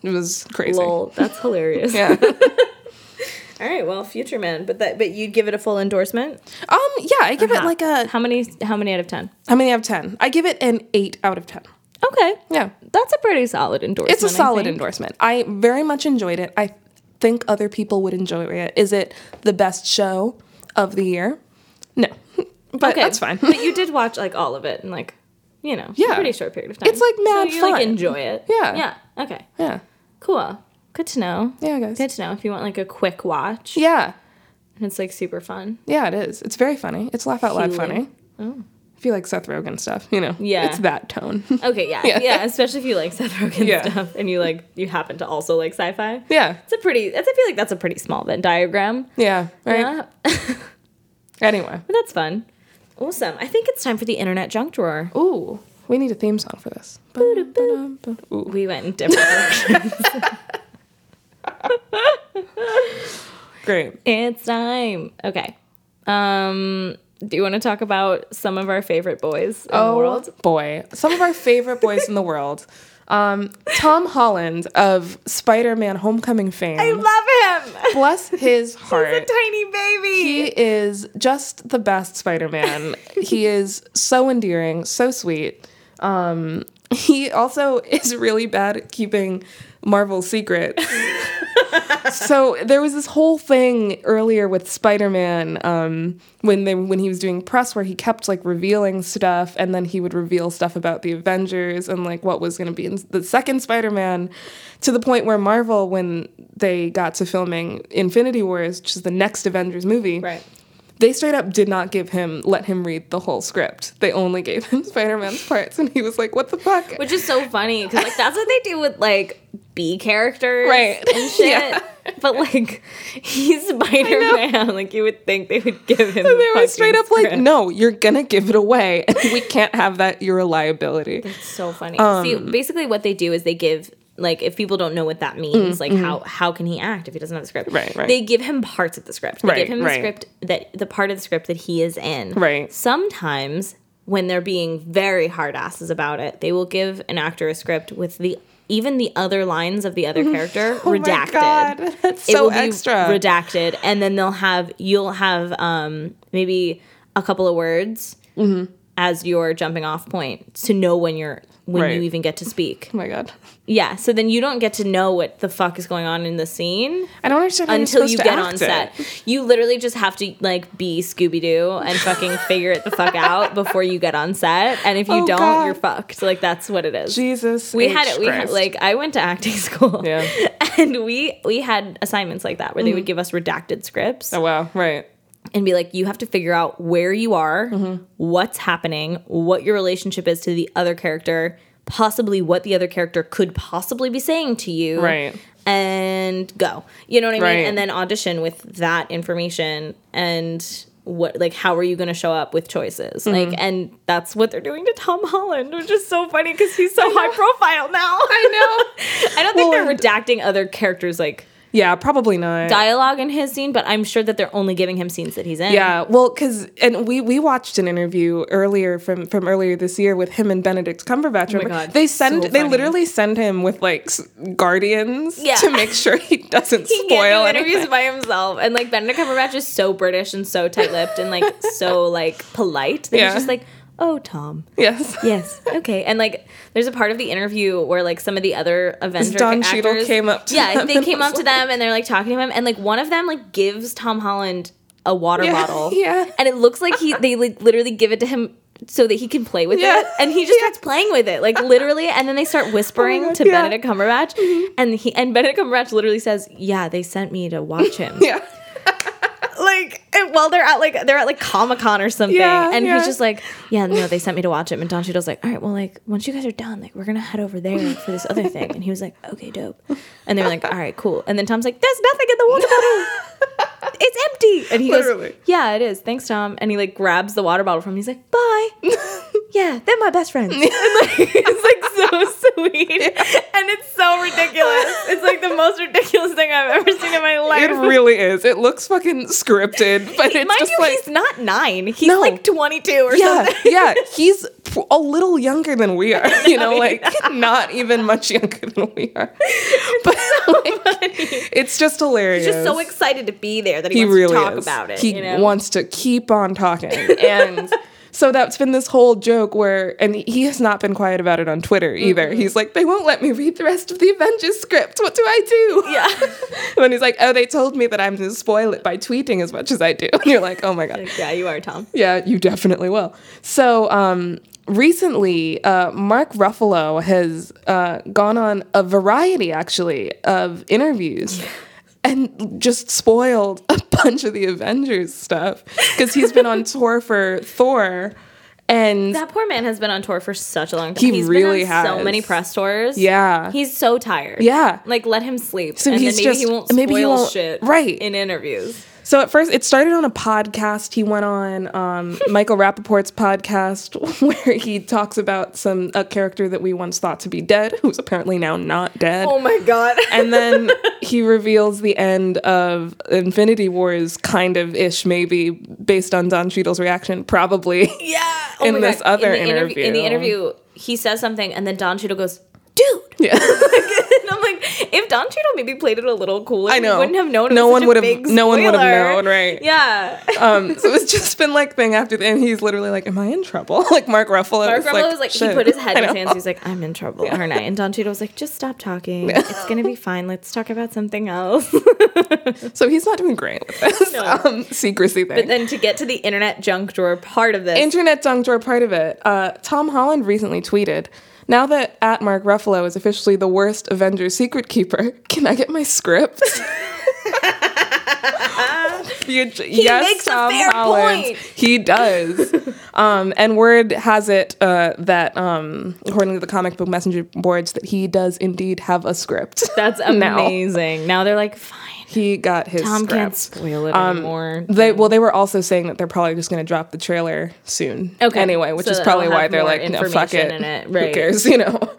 Speaker 2: It was crazy.
Speaker 1: Lol, that's hilarious. <laughs>
Speaker 2: <laughs> Yeah.
Speaker 1: All right, well, Future Man, but that but you'd give it a full endorsement?
Speaker 2: um, yeah, I give it
Speaker 1: Huh.
Speaker 2: like a
Speaker 1: How many how many out of 10?
Speaker 2: how many out of ten? I give it an eight out of ten.
Speaker 1: Okay.
Speaker 2: Yeah.
Speaker 1: That's a pretty solid endorsement.
Speaker 2: It's a
Speaker 1: I
Speaker 2: solid
Speaker 1: think.
Speaker 2: endorsement. I very much enjoyed it. I think other people would enjoy it. Is it the best show of the year? No. <laughs> But
Speaker 1: <laughs>
Speaker 2: that's fine.
Speaker 1: but you did watch like all of it and like, you know, a
Speaker 2: Yeah.
Speaker 1: pretty short period of time.
Speaker 2: It's, like, mad
Speaker 1: so you
Speaker 2: fun.
Speaker 1: like enjoy it.
Speaker 2: Yeah.
Speaker 1: Yeah. Okay.
Speaker 2: yeah.
Speaker 1: Cool. Good to know.
Speaker 2: Yeah, guys.
Speaker 1: Good to know. If you want like a quick watch,
Speaker 2: Yeah.
Speaker 1: and it's like super fun.
Speaker 2: Yeah, it is. It's very funny. It's laugh out loud
Speaker 1: Healing.
Speaker 2: funny. If you like Seth Rogen stuff, you know,
Speaker 1: Oh. Yeah.
Speaker 2: it's that tone. <laughs>
Speaker 1: Okay. Yeah. yeah.
Speaker 2: Yeah.
Speaker 1: especially if you like <laughs> Seth Rogen
Speaker 2: Yeah.
Speaker 1: stuff and you like you happen to also like sci-fi.
Speaker 2: yeah,
Speaker 1: It's a pretty. It's, I feel like that's a pretty small Venn diagram.
Speaker 2: yeah, right.
Speaker 1: Yeah. <laughs> but
Speaker 2: Anyway,
Speaker 1: that's fun. Awesome. I think it's time for the internet junk drawer.
Speaker 2: ooh, we need a theme song for this. Ooh.
Speaker 1: We went in different. <laughs>
Speaker 2: Great.
Speaker 1: It's time. Okay. Um, do you want to talk about some of our favorite boys in the
Speaker 2: Oh
Speaker 1: world?
Speaker 2: boy, some of our favorite boys in the world. Um, Tom Holland of Spider-Man: Homecoming fame.
Speaker 1: love him.
Speaker 2: Bless his heart.
Speaker 1: tiny
Speaker 2: He
Speaker 1: baby.
Speaker 2: is just the best Spider-Man. he is so endearing, so sweet. Um, he also is really bad at keeping Marvel's secret. so there was this whole thing earlier with Spider-Man um, when they when he was doing press where he kept like revealing stuff and then he would reveal stuff about the Avengers and like what was going to be in the second Spider-Man to the point where Marvel when they got to filming Infinity Wars which is the next Avengers movie
Speaker 1: Right.
Speaker 2: they straight up did not give him let him read the whole script they only gave him <laughs> Spider-Man's parts and he was like what the fuck <laughs>
Speaker 1: Which is so funny because like that's what they do with like B characters,
Speaker 2: Right.
Speaker 1: And shit.
Speaker 2: <laughs> Yeah.
Speaker 1: But like <laughs> he's Spider Man. Like you would think they would give him.
Speaker 2: And
Speaker 1: the
Speaker 2: they were
Speaker 1: fucking
Speaker 2: straight up like,
Speaker 1: script.
Speaker 2: no, you're gonna give it away. <laughs> And we can't have that. You're a liability.
Speaker 1: So funny. See,
Speaker 2: Um,
Speaker 1: basically, what they do is they give like if people don't know what that means, like how how can he act if he doesn't have the script?
Speaker 2: Mm, mm-hmm. Right, right.
Speaker 1: They give him parts of the script. They
Speaker 2: Right,
Speaker 1: give him the
Speaker 2: right.
Speaker 1: script that the part of the script that he is in.
Speaker 2: Right.
Speaker 1: Sometimes when they're being very hard asses about it, they will give an actor a script with the even the other lines of the other character
Speaker 2: Oh my
Speaker 1: redacted
Speaker 2: God, <laughs> That's
Speaker 1: it
Speaker 2: so
Speaker 1: will be
Speaker 2: extra.
Speaker 1: redacted and then they'll have you'll have um maybe a couple of words
Speaker 2: Mm-hmm.
Speaker 1: as your jumping off point to know when you're when
Speaker 2: Right.
Speaker 1: you even get to speak
Speaker 2: oh my god.
Speaker 1: yeah so then you don't get to know what the fuck is going on in the scene
Speaker 2: I don't understand how you're
Speaker 1: until you
Speaker 2: supposed to
Speaker 1: get
Speaker 2: act
Speaker 1: on
Speaker 2: it.
Speaker 1: set you literally just have to like be scooby-doo and fucking figure it the
Speaker 2: <laughs>
Speaker 1: fuck out before you get on set and if you
Speaker 2: Oh,
Speaker 1: don't
Speaker 2: God.
Speaker 1: you're fucked like that's what it is
Speaker 2: Jesus.
Speaker 1: we
Speaker 2: H.
Speaker 1: had it. We had,
Speaker 2: Christ.
Speaker 1: like I went to acting <laughs> school,
Speaker 2: Yeah.
Speaker 1: and we we had assignments like that where they would give us redacted scripts
Speaker 2: Oh wow. Right.
Speaker 1: and be like, you have to figure out where you are, what's happening, what your relationship is to the other character, possibly what the other character could possibly be saying to you,
Speaker 2: Right.
Speaker 1: And go, you know what I
Speaker 2: Right.
Speaker 1: mean, and then audition with that information and. What like how are you going to show up with choices
Speaker 2: Mm-hmm.
Speaker 1: like and that's what they're doing to Tom Holland which is so funny because he's so high profile
Speaker 2: <laughs>
Speaker 1: now I know <laughs> I don't think
Speaker 2: Well,
Speaker 1: they're
Speaker 2: and-
Speaker 1: redacting other characters like
Speaker 2: Yeah. Probably not.
Speaker 1: dialogue in his scene but I'm sure that they're only giving him scenes that he's in
Speaker 2: yeah. Well, because and we we watched an interview earlier from from earlier this year with him and Benedict Cumberbatch. Remember?
Speaker 1: Oh God,
Speaker 2: they send
Speaker 1: so
Speaker 2: they
Speaker 1: funny.
Speaker 2: literally send him with like s- guardians
Speaker 1: Yeah.
Speaker 2: to make sure he doesn't
Speaker 1: <laughs> he
Speaker 2: spoil
Speaker 1: can't do
Speaker 2: anything.
Speaker 1: interviews by himself. And like Benedict Cumberbatch is so British and so tight-lipped and like so like polite that
Speaker 2: Yeah.
Speaker 1: he's just like, "Oh, Tom, <laughs>
Speaker 2: Yes.
Speaker 1: yes, okay." And like, there's a part of the interview where like some of the other Avengers
Speaker 2: Don
Speaker 1: actors,
Speaker 2: Cheadle came up to
Speaker 1: yeah,
Speaker 2: them
Speaker 1: they
Speaker 2: and
Speaker 1: came
Speaker 2: was
Speaker 1: up to them and they're like talking to him, and like one of them like gives Tom Holland a water
Speaker 2: Yeah,
Speaker 1: bottle,
Speaker 2: <laughs> yeah.
Speaker 1: and it looks like he they like literally give it to him. So that he can play with
Speaker 2: Yeah,
Speaker 1: it, and he just
Speaker 2: yeah. Oh
Speaker 1: starts playing with it, like literally. And then they
Speaker 2: <laughs>
Speaker 1: start whispering
Speaker 2: God, Mm-hmm.
Speaker 1: to
Speaker 2: yeah.
Speaker 1: Benedict Cumberbatch, and he and Benedict Cumberbatch literally says, "Yeah, they sent me to watch him."
Speaker 2: Yeah. <laughs>
Speaker 1: like and while they're at like they're at like Comic Con or something,
Speaker 2: Yeah,
Speaker 1: and
Speaker 2: yeah.
Speaker 1: he's just like, yeah, no, they sent me to watch it. And Don Cheadle's like, all right, well, like once you guys are done, like we're gonna head over there for this other thing. And he was like, okay, dope. And they were like, all right, cool. And then Tom's like, there's nothing in the water
Speaker 2: <laughs>
Speaker 1: bottle. It's empty. And he
Speaker 2: Literally.
Speaker 1: goes, yeah, it is. Thanks, Tom. And he like grabs the water bottle from. him. He's like, bye. yeah, they're my best
Speaker 2: <laughs>
Speaker 1: friends. And, like, it's like so sweet, and it's so ridiculous. It's like the most ridiculous thing I've ever seen in my life.
Speaker 2: It really is. It looks
Speaker 1: <laughs>
Speaker 2: fucking scripted, but it's
Speaker 1: Mind
Speaker 2: just
Speaker 1: you,
Speaker 2: like
Speaker 1: he's not nine. He's
Speaker 2: No.
Speaker 1: like 22 or <laughs>
Speaker 2: yeah,
Speaker 1: something.
Speaker 2: yeah. He's p- a little younger than we are. You
Speaker 1: <laughs>
Speaker 2: know, like not even much younger than we are. <laughs> But
Speaker 1: <laughs>
Speaker 2: like, it's just hilarious.
Speaker 1: He's just so excited to be there that he,
Speaker 2: He
Speaker 1: wants
Speaker 2: really
Speaker 1: to talk
Speaker 2: is.
Speaker 1: about it.
Speaker 2: He
Speaker 1: you know?
Speaker 2: wants to keep on talking,
Speaker 1: <laughs>
Speaker 2: and so that's been this whole joke where, and he has not been quiet about it on Twitter either. He's like, they won't let me read the rest of the Avengers script. What do I do?
Speaker 1: yeah.
Speaker 2: <laughs> And then he's like, oh, they told me that I'm going to spoil it by tweeting as much as I do. <laughs> And you're like, oh my God.
Speaker 1: Like, yeah, you are, Tom.
Speaker 2: Yeah, you definitely will. So um, recently, uh, Mark Ruffalo has uh, gone on a variety, actually, of interviews. And just spoiled a bunch of the Avengers stuff because he's been on tour for Thor, and
Speaker 1: That poor man has been on tour for such a long time.
Speaker 2: He
Speaker 1: He's
Speaker 2: really
Speaker 1: been on so
Speaker 2: has.
Speaker 1: many press tours.
Speaker 2: Yeah.
Speaker 1: He's so tired.
Speaker 2: Yeah.
Speaker 1: Like, let him sleep.
Speaker 2: So
Speaker 1: and
Speaker 2: he's
Speaker 1: then maybe he
Speaker 2: just-
Speaker 1: won't spoil
Speaker 2: maybe he won't-
Speaker 1: shit
Speaker 2: right.
Speaker 1: in interviews.
Speaker 2: So at first, it started on a podcast. He went on um, Michael Rappaport's podcast where he talks about some a character that we once thought to be dead, who's apparently now not dead.
Speaker 1: Oh my God.
Speaker 2: And then he reveals the end of Infinity Wars, kind of ish, maybe based on Don Cheadle's reaction, probably.
Speaker 1: yeah. Oh
Speaker 2: In
Speaker 1: my
Speaker 2: this
Speaker 1: God.
Speaker 2: other
Speaker 1: in the interview. In the
Speaker 2: interview.
Speaker 1: interview, he says something, and then Don Cheadle goes, dude. <laughs>
Speaker 2: Yeah.
Speaker 1: and I'm like, if Don Cheadle maybe played it a little cooler,
Speaker 2: I know.
Speaker 1: we wouldn't have known. It
Speaker 2: No
Speaker 1: was
Speaker 2: one
Speaker 1: such a
Speaker 2: would have-
Speaker 1: big
Speaker 2: no one would have
Speaker 1: spoiler.
Speaker 2: known, right.
Speaker 1: Yeah.
Speaker 2: Um, so it's just been like thing after thing. He's literally like, "Am I in trouble?" <laughs> Like Mark Ruffalo.
Speaker 1: Mark Ruffalo was like, he
Speaker 2: "Shit."
Speaker 1: put his head
Speaker 2: <laughs> I
Speaker 1: in his
Speaker 2: know.
Speaker 1: hands. He was like, I'm in trouble, aren't I? And Don Cheadle was like, just stop talking. It's gonna be fine. Let's talk about something
Speaker 2: <laughs>
Speaker 1: else.
Speaker 2: So he's not doing great with this um, secrecy thing.
Speaker 1: but then to get to the internet junk drawer part of this,
Speaker 2: internet dunk drawer part of it. Uh, Tom Holland recently tweeted, "Now that at Mark Ruffalo is officially the worst Avengers secret keeper, <laughs> can I get my script?" <laughs> You- yes,
Speaker 1: makes a
Speaker 2: Tom
Speaker 1: fair
Speaker 2: Holland.
Speaker 1: point.
Speaker 2: He
Speaker 1: <laughs>
Speaker 2: does. um, and word has it uh, that, um, according to the comic book messenger boards, that he does indeed have a script. <laughs>
Speaker 1: that's
Speaker 2: Now.
Speaker 1: amazing. Now they're like, fine.
Speaker 2: He got his
Speaker 1: Tom
Speaker 2: script.
Speaker 1: can't spoil it
Speaker 2: Um,
Speaker 1: anymore.
Speaker 2: They well, they were also saying that they're probably just going to drop the trailer soon.
Speaker 1: Okay.
Speaker 2: Anyway, which
Speaker 1: So
Speaker 2: is probably
Speaker 1: it'll
Speaker 2: why
Speaker 1: have
Speaker 2: they're
Speaker 1: more
Speaker 2: like, no, fuck
Speaker 1: information
Speaker 2: it.
Speaker 1: in it,
Speaker 2: Who
Speaker 1: right.
Speaker 2: cares? <laughs> You know,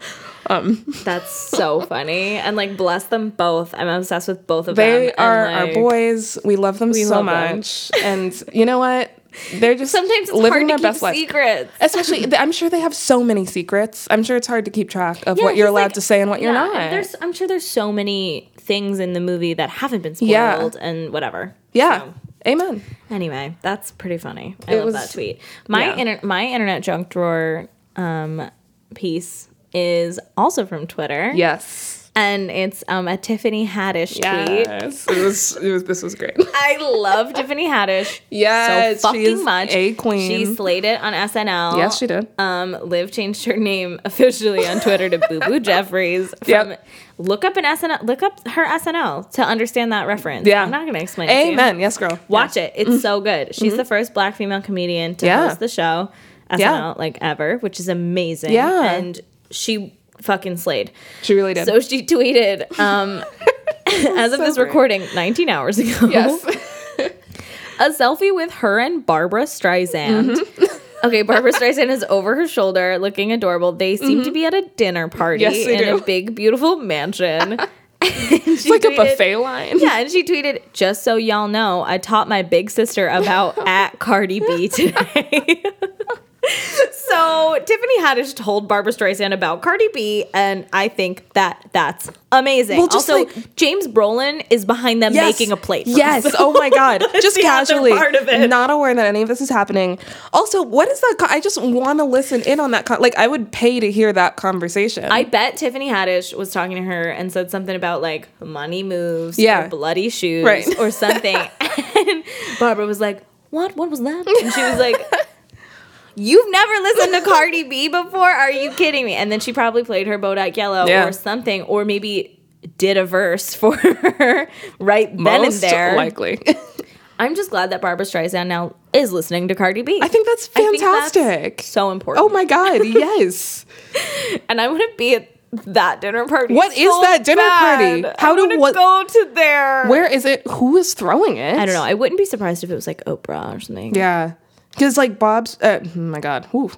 Speaker 1: That's
Speaker 2: <laughs>
Speaker 1: so funny. And like, bless them both. I'm obsessed with both of them.
Speaker 2: they
Speaker 1: And,
Speaker 2: are our
Speaker 1: like,
Speaker 2: boys. We love them so
Speaker 1: love them.
Speaker 2: much, and you know what? They're just
Speaker 1: Sometimes it's
Speaker 2: living
Speaker 1: hard
Speaker 2: their
Speaker 1: to
Speaker 2: best
Speaker 1: keep
Speaker 2: life.
Speaker 1: secrets.
Speaker 2: Especially, th- I'm sure they have so many secrets. I'm sure it's hard to keep track of what
Speaker 1: Yeah,
Speaker 2: you're
Speaker 1: just,
Speaker 2: allowed
Speaker 1: like-
Speaker 2: to say and what you're
Speaker 1: yeah,
Speaker 2: not.
Speaker 1: and There's, I'm sure there's so many things in the movie that haven't been spoiled
Speaker 2: Yeah.
Speaker 1: and whatever.
Speaker 2: yeah.
Speaker 1: So,
Speaker 2: Amen.
Speaker 1: anyway, that's pretty funny. I
Speaker 2: It
Speaker 1: love
Speaker 2: was-
Speaker 1: that tweet. My
Speaker 2: yeah.
Speaker 1: inter- my internet junk drawer um, piece is also from Twitter.
Speaker 2: Yes.
Speaker 1: And it's um, a Tiffany Haddish tweet.
Speaker 2: Yes. It was, it was. This was great.
Speaker 1: I love Tiffany Haddish
Speaker 2: Yes,
Speaker 1: so fucking
Speaker 2: she's
Speaker 1: much.
Speaker 2: a queen.
Speaker 1: She slayed it on SNL.
Speaker 2: Yes, she did.
Speaker 1: Um, Liv changed her name officially on Twitter to Boo
Speaker 2: <laughs>
Speaker 1: Boo Jeffries. From,
Speaker 2: Yep.
Speaker 1: Look up an SNL. Look up her SNL to understand that reference.
Speaker 2: Yeah.
Speaker 1: I'm not gonna explain. it to you.
Speaker 2: Amen. Yes, girl.
Speaker 1: Watch it. It's so good. She's the first black female comedian to
Speaker 2: Yeah.
Speaker 1: host the show SNL
Speaker 2: Yeah.
Speaker 1: like ever, which is amazing.
Speaker 2: Yeah.
Speaker 1: and she fucking slayed.
Speaker 2: She really did.
Speaker 1: So she tweeted,
Speaker 2: <laughs>
Speaker 1: um, <laughs> as of this
Speaker 2: great.
Speaker 1: recording, 19 hours ago.
Speaker 2: <laughs>
Speaker 1: A selfie with her and Barbara Streisand.
Speaker 2: Mm-hmm. <laughs>
Speaker 1: okay, Barbara Streisand is over her shoulder looking adorable. They seem to be at a dinner party
Speaker 2: Mm-hmm. Yes, they
Speaker 1: in a
Speaker 2: do.
Speaker 1: big, beautiful
Speaker 2: <laughs>
Speaker 1: mansion.
Speaker 2: it's like a buffet line.
Speaker 1: Yeah, and she tweeted, just so y'all know, I taught my big sister
Speaker 2: <laughs>
Speaker 1: about at Cardi B today. <laughs> so Tiffany Haddish told Barbara Streisand about Cardi B, and I think that that's amazing.
Speaker 2: Well, just
Speaker 1: also,
Speaker 2: like-
Speaker 1: James Brolin is behind them
Speaker 2: Yes.
Speaker 1: making a plate. for
Speaker 2: Yes.
Speaker 1: them.
Speaker 2: Oh my
Speaker 1: <laughs>
Speaker 2: God. Just
Speaker 1: the other
Speaker 2: casually.
Speaker 1: part of it.
Speaker 2: Not aware that any of this is happening. Also, what is that? Co- I just want to listen in on that. Con- like, I would pay to hear that conversation.
Speaker 1: I bet Tiffany Haddish was talking to her and said something about like money moves,
Speaker 2: Yeah.
Speaker 1: or bloody shoes,
Speaker 2: Right. <laughs>
Speaker 1: or something. and Barbara was like, "What? What was that?" And she was like, "You've never listened to Cardi B before? Are you kidding me?" And then she probably played her Bodak Yellow
Speaker 2: Yeah.
Speaker 1: or something, or maybe did a verse for her right then and
Speaker 2: Most
Speaker 1: there. <laughs>
Speaker 2: likely.
Speaker 1: I'm just glad that Barbara Streisand now is listening to Cardi B.
Speaker 2: I think that's
Speaker 1: I think that's
Speaker 2: fantastic.
Speaker 1: so important.
Speaker 2: oh
Speaker 1: <laughs>
Speaker 2: my God. Yes.
Speaker 1: and I want to be at that dinner party.
Speaker 2: What
Speaker 1: What
Speaker 2: is
Speaker 1: is
Speaker 2: that dinner party? How
Speaker 1: How
Speaker 2: do
Speaker 1: do what
Speaker 2: what-
Speaker 1: go to there?
Speaker 2: Where is it? Who is throwing it?
Speaker 1: I don't know. I wouldn't be surprised if it was like Oprah or something.
Speaker 2: Yeah. Because, like, Bob's. Uh, oh my God. Whew.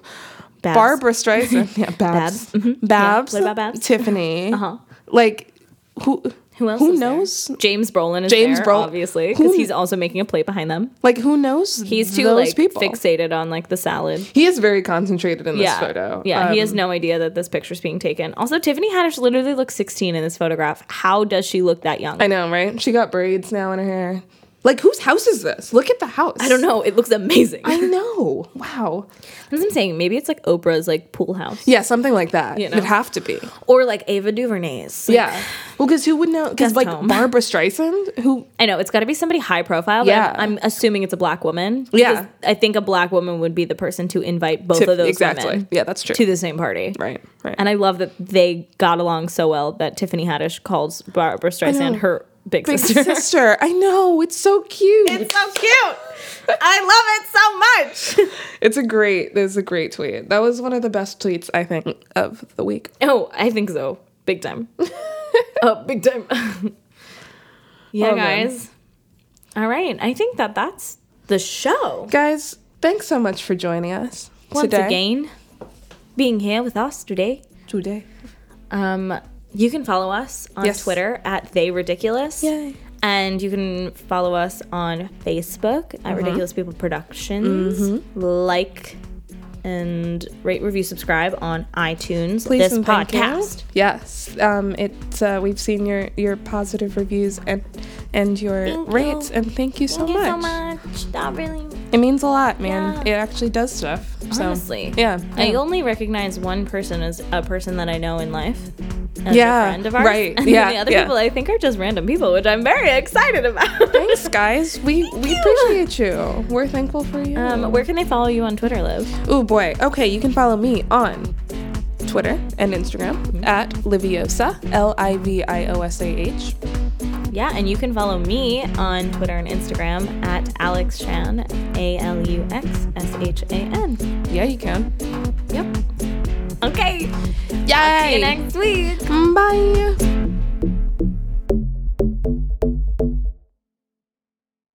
Speaker 1: Babs. <laughs>
Speaker 2: Barbara Streisand. Yeah, Babs.
Speaker 1: Babs. Mhm. Yeah.
Speaker 2: Babs.
Speaker 1: What about Babs?
Speaker 2: Tiffany.
Speaker 1: Uh-huh.
Speaker 2: Like, who?
Speaker 1: Who else?
Speaker 2: Who
Speaker 1: is there?
Speaker 2: knows?
Speaker 1: James Brolin is
Speaker 2: James
Speaker 1: James
Speaker 2: Brol-
Speaker 1: Brolin, obviously,
Speaker 2: Who-
Speaker 1: because he's also making a plate behind them.
Speaker 2: Like, who knows?
Speaker 1: He's too
Speaker 2: those
Speaker 1: like
Speaker 2: people?
Speaker 1: fixated on like the salad.
Speaker 2: He is very concentrated in this
Speaker 1: Yeah,
Speaker 2: photo.
Speaker 1: yeah. he
Speaker 2: Um,
Speaker 1: has no idea that this picture's being taken. Also, Tiffany Haddish literally looks 16 in this photograph. How does she look that young?
Speaker 2: I
Speaker 1: I,
Speaker 2: know, right? She got braids now in her hair. Like, whose house is this? Look at the house.
Speaker 1: don't know. It looks amazing.
Speaker 2: I know. Wow.
Speaker 1: That's what I'm saying. Maybe it's like Oprah's like pool house,
Speaker 2: Yeah, something like that.
Speaker 1: You know?
Speaker 2: It'd have to be.
Speaker 1: or like Ava DuVernay's. Like,
Speaker 2: yeah. Well, because who would know? Because
Speaker 1: Guest
Speaker 2: like
Speaker 1: home.
Speaker 2: Barbara Streisand, who?
Speaker 1: I know it's got to be somebody high profile. But
Speaker 2: Yeah.
Speaker 1: I'm, I'm assuming it's a black woman.
Speaker 2: Yeah.
Speaker 1: because I think a black woman would be the person to invite <laughs> both
Speaker 2: Tiff-
Speaker 1: of those
Speaker 2: exactly.
Speaker 1: women
Speaker 2: Yeah, that's true.
Speaker 1: to the same party.
Speaker 2: right. Right.
Speaker 1: And I love that they got along so well that Tiffany Haddish calls Barbara Streisand her Oh. big,
Speaker 2: Big
Speaker 1: sister. <laughs>
Speaker 2: sister. I know. It's so cute. <laughs>
Speaker 1: It's so cute. I love it so much.
Speaker 2: It's a great. There's a great tweet. That was one of the best tweets I think of the week.
Speaker 1: Oh, I think so. Big <laughs> time. oh, big time. <laughs> yeah,
Speaker 2: Oh, man.
Speaker 1: guys. All right. I think that that's the show.
Speaker 2: Guys, thanks so much for joining us
Speaker 1: once
Speaker 2: today.
Speaker 1: again being here with us today.
Speaker 2: Today.
Speaker 1: Um, you can follow us on
Speaker 2: Yes.
Speaker 1: Twitter at They Ridiculous.
Speaker 2: Yay.
Speaker 1: And you can follow
Speaker 2: Uh-huh. Mm-hmm.
Speaker 1: us on Facebook at Ridiculous People Productions. Like and rate, review, subscribe on iTunes.
Speaker 2: Please
Speaker 1: this
Speaker 2: and thank you.
Speaker 1: podcast.
Speaker 2: Yes, um, it's uh, we've seen your your positive reviews and and your
Speaker 1: Thank you.
Speaker 2: rates, and thank you so
Speaker 1: Thank you
Speaker 2: much.
Speaker 1: so much. That really
Speaker 2: It means a lot, man.
Speaker 1: Yeah.
Speaker 2: It actually does stuff. So,
Speaker 1: honestly.
Speaker 2: yeah,
Speaker 1: I
Speaker 2: yeah.
Speaker 1: only recognize one person as a person that I know in life. As
Speaker 2: Yeah,
Speaker 1: a friend of ours.
Speaker 2: right,
Speaker 1: <laughs> And then
Speaker 2: yeah,
Speaker 1: the other
Speaker 2: yeah.
Speaker 1: people I think are just random people, which I'm very <laughs> excited about.
Speaker 2: Thanks, guys. We we
Speaker 1: you.
Speaker 2: appreciate you. We're thankful for you.
Speaker 1: Um, where can they follow you on Twitter, Liv?
Speaker 2: Oh boy. Okay, you can follow me on Twitter and Instagram
Speaker 1: Mm-hmm.
Speaker 2: at Liviosa, L I V I O S A H.
Speaker 1: Yeah, and you can follow me on Twitter and Instagram at Alex Shan, A L U X S H A N.
Speaker 2: Yeah, you can.
Speaker 1: Yep. Okay. See you
Speaker 2: Yay!
Speaker 1: next week.
Speaker 2: Bye.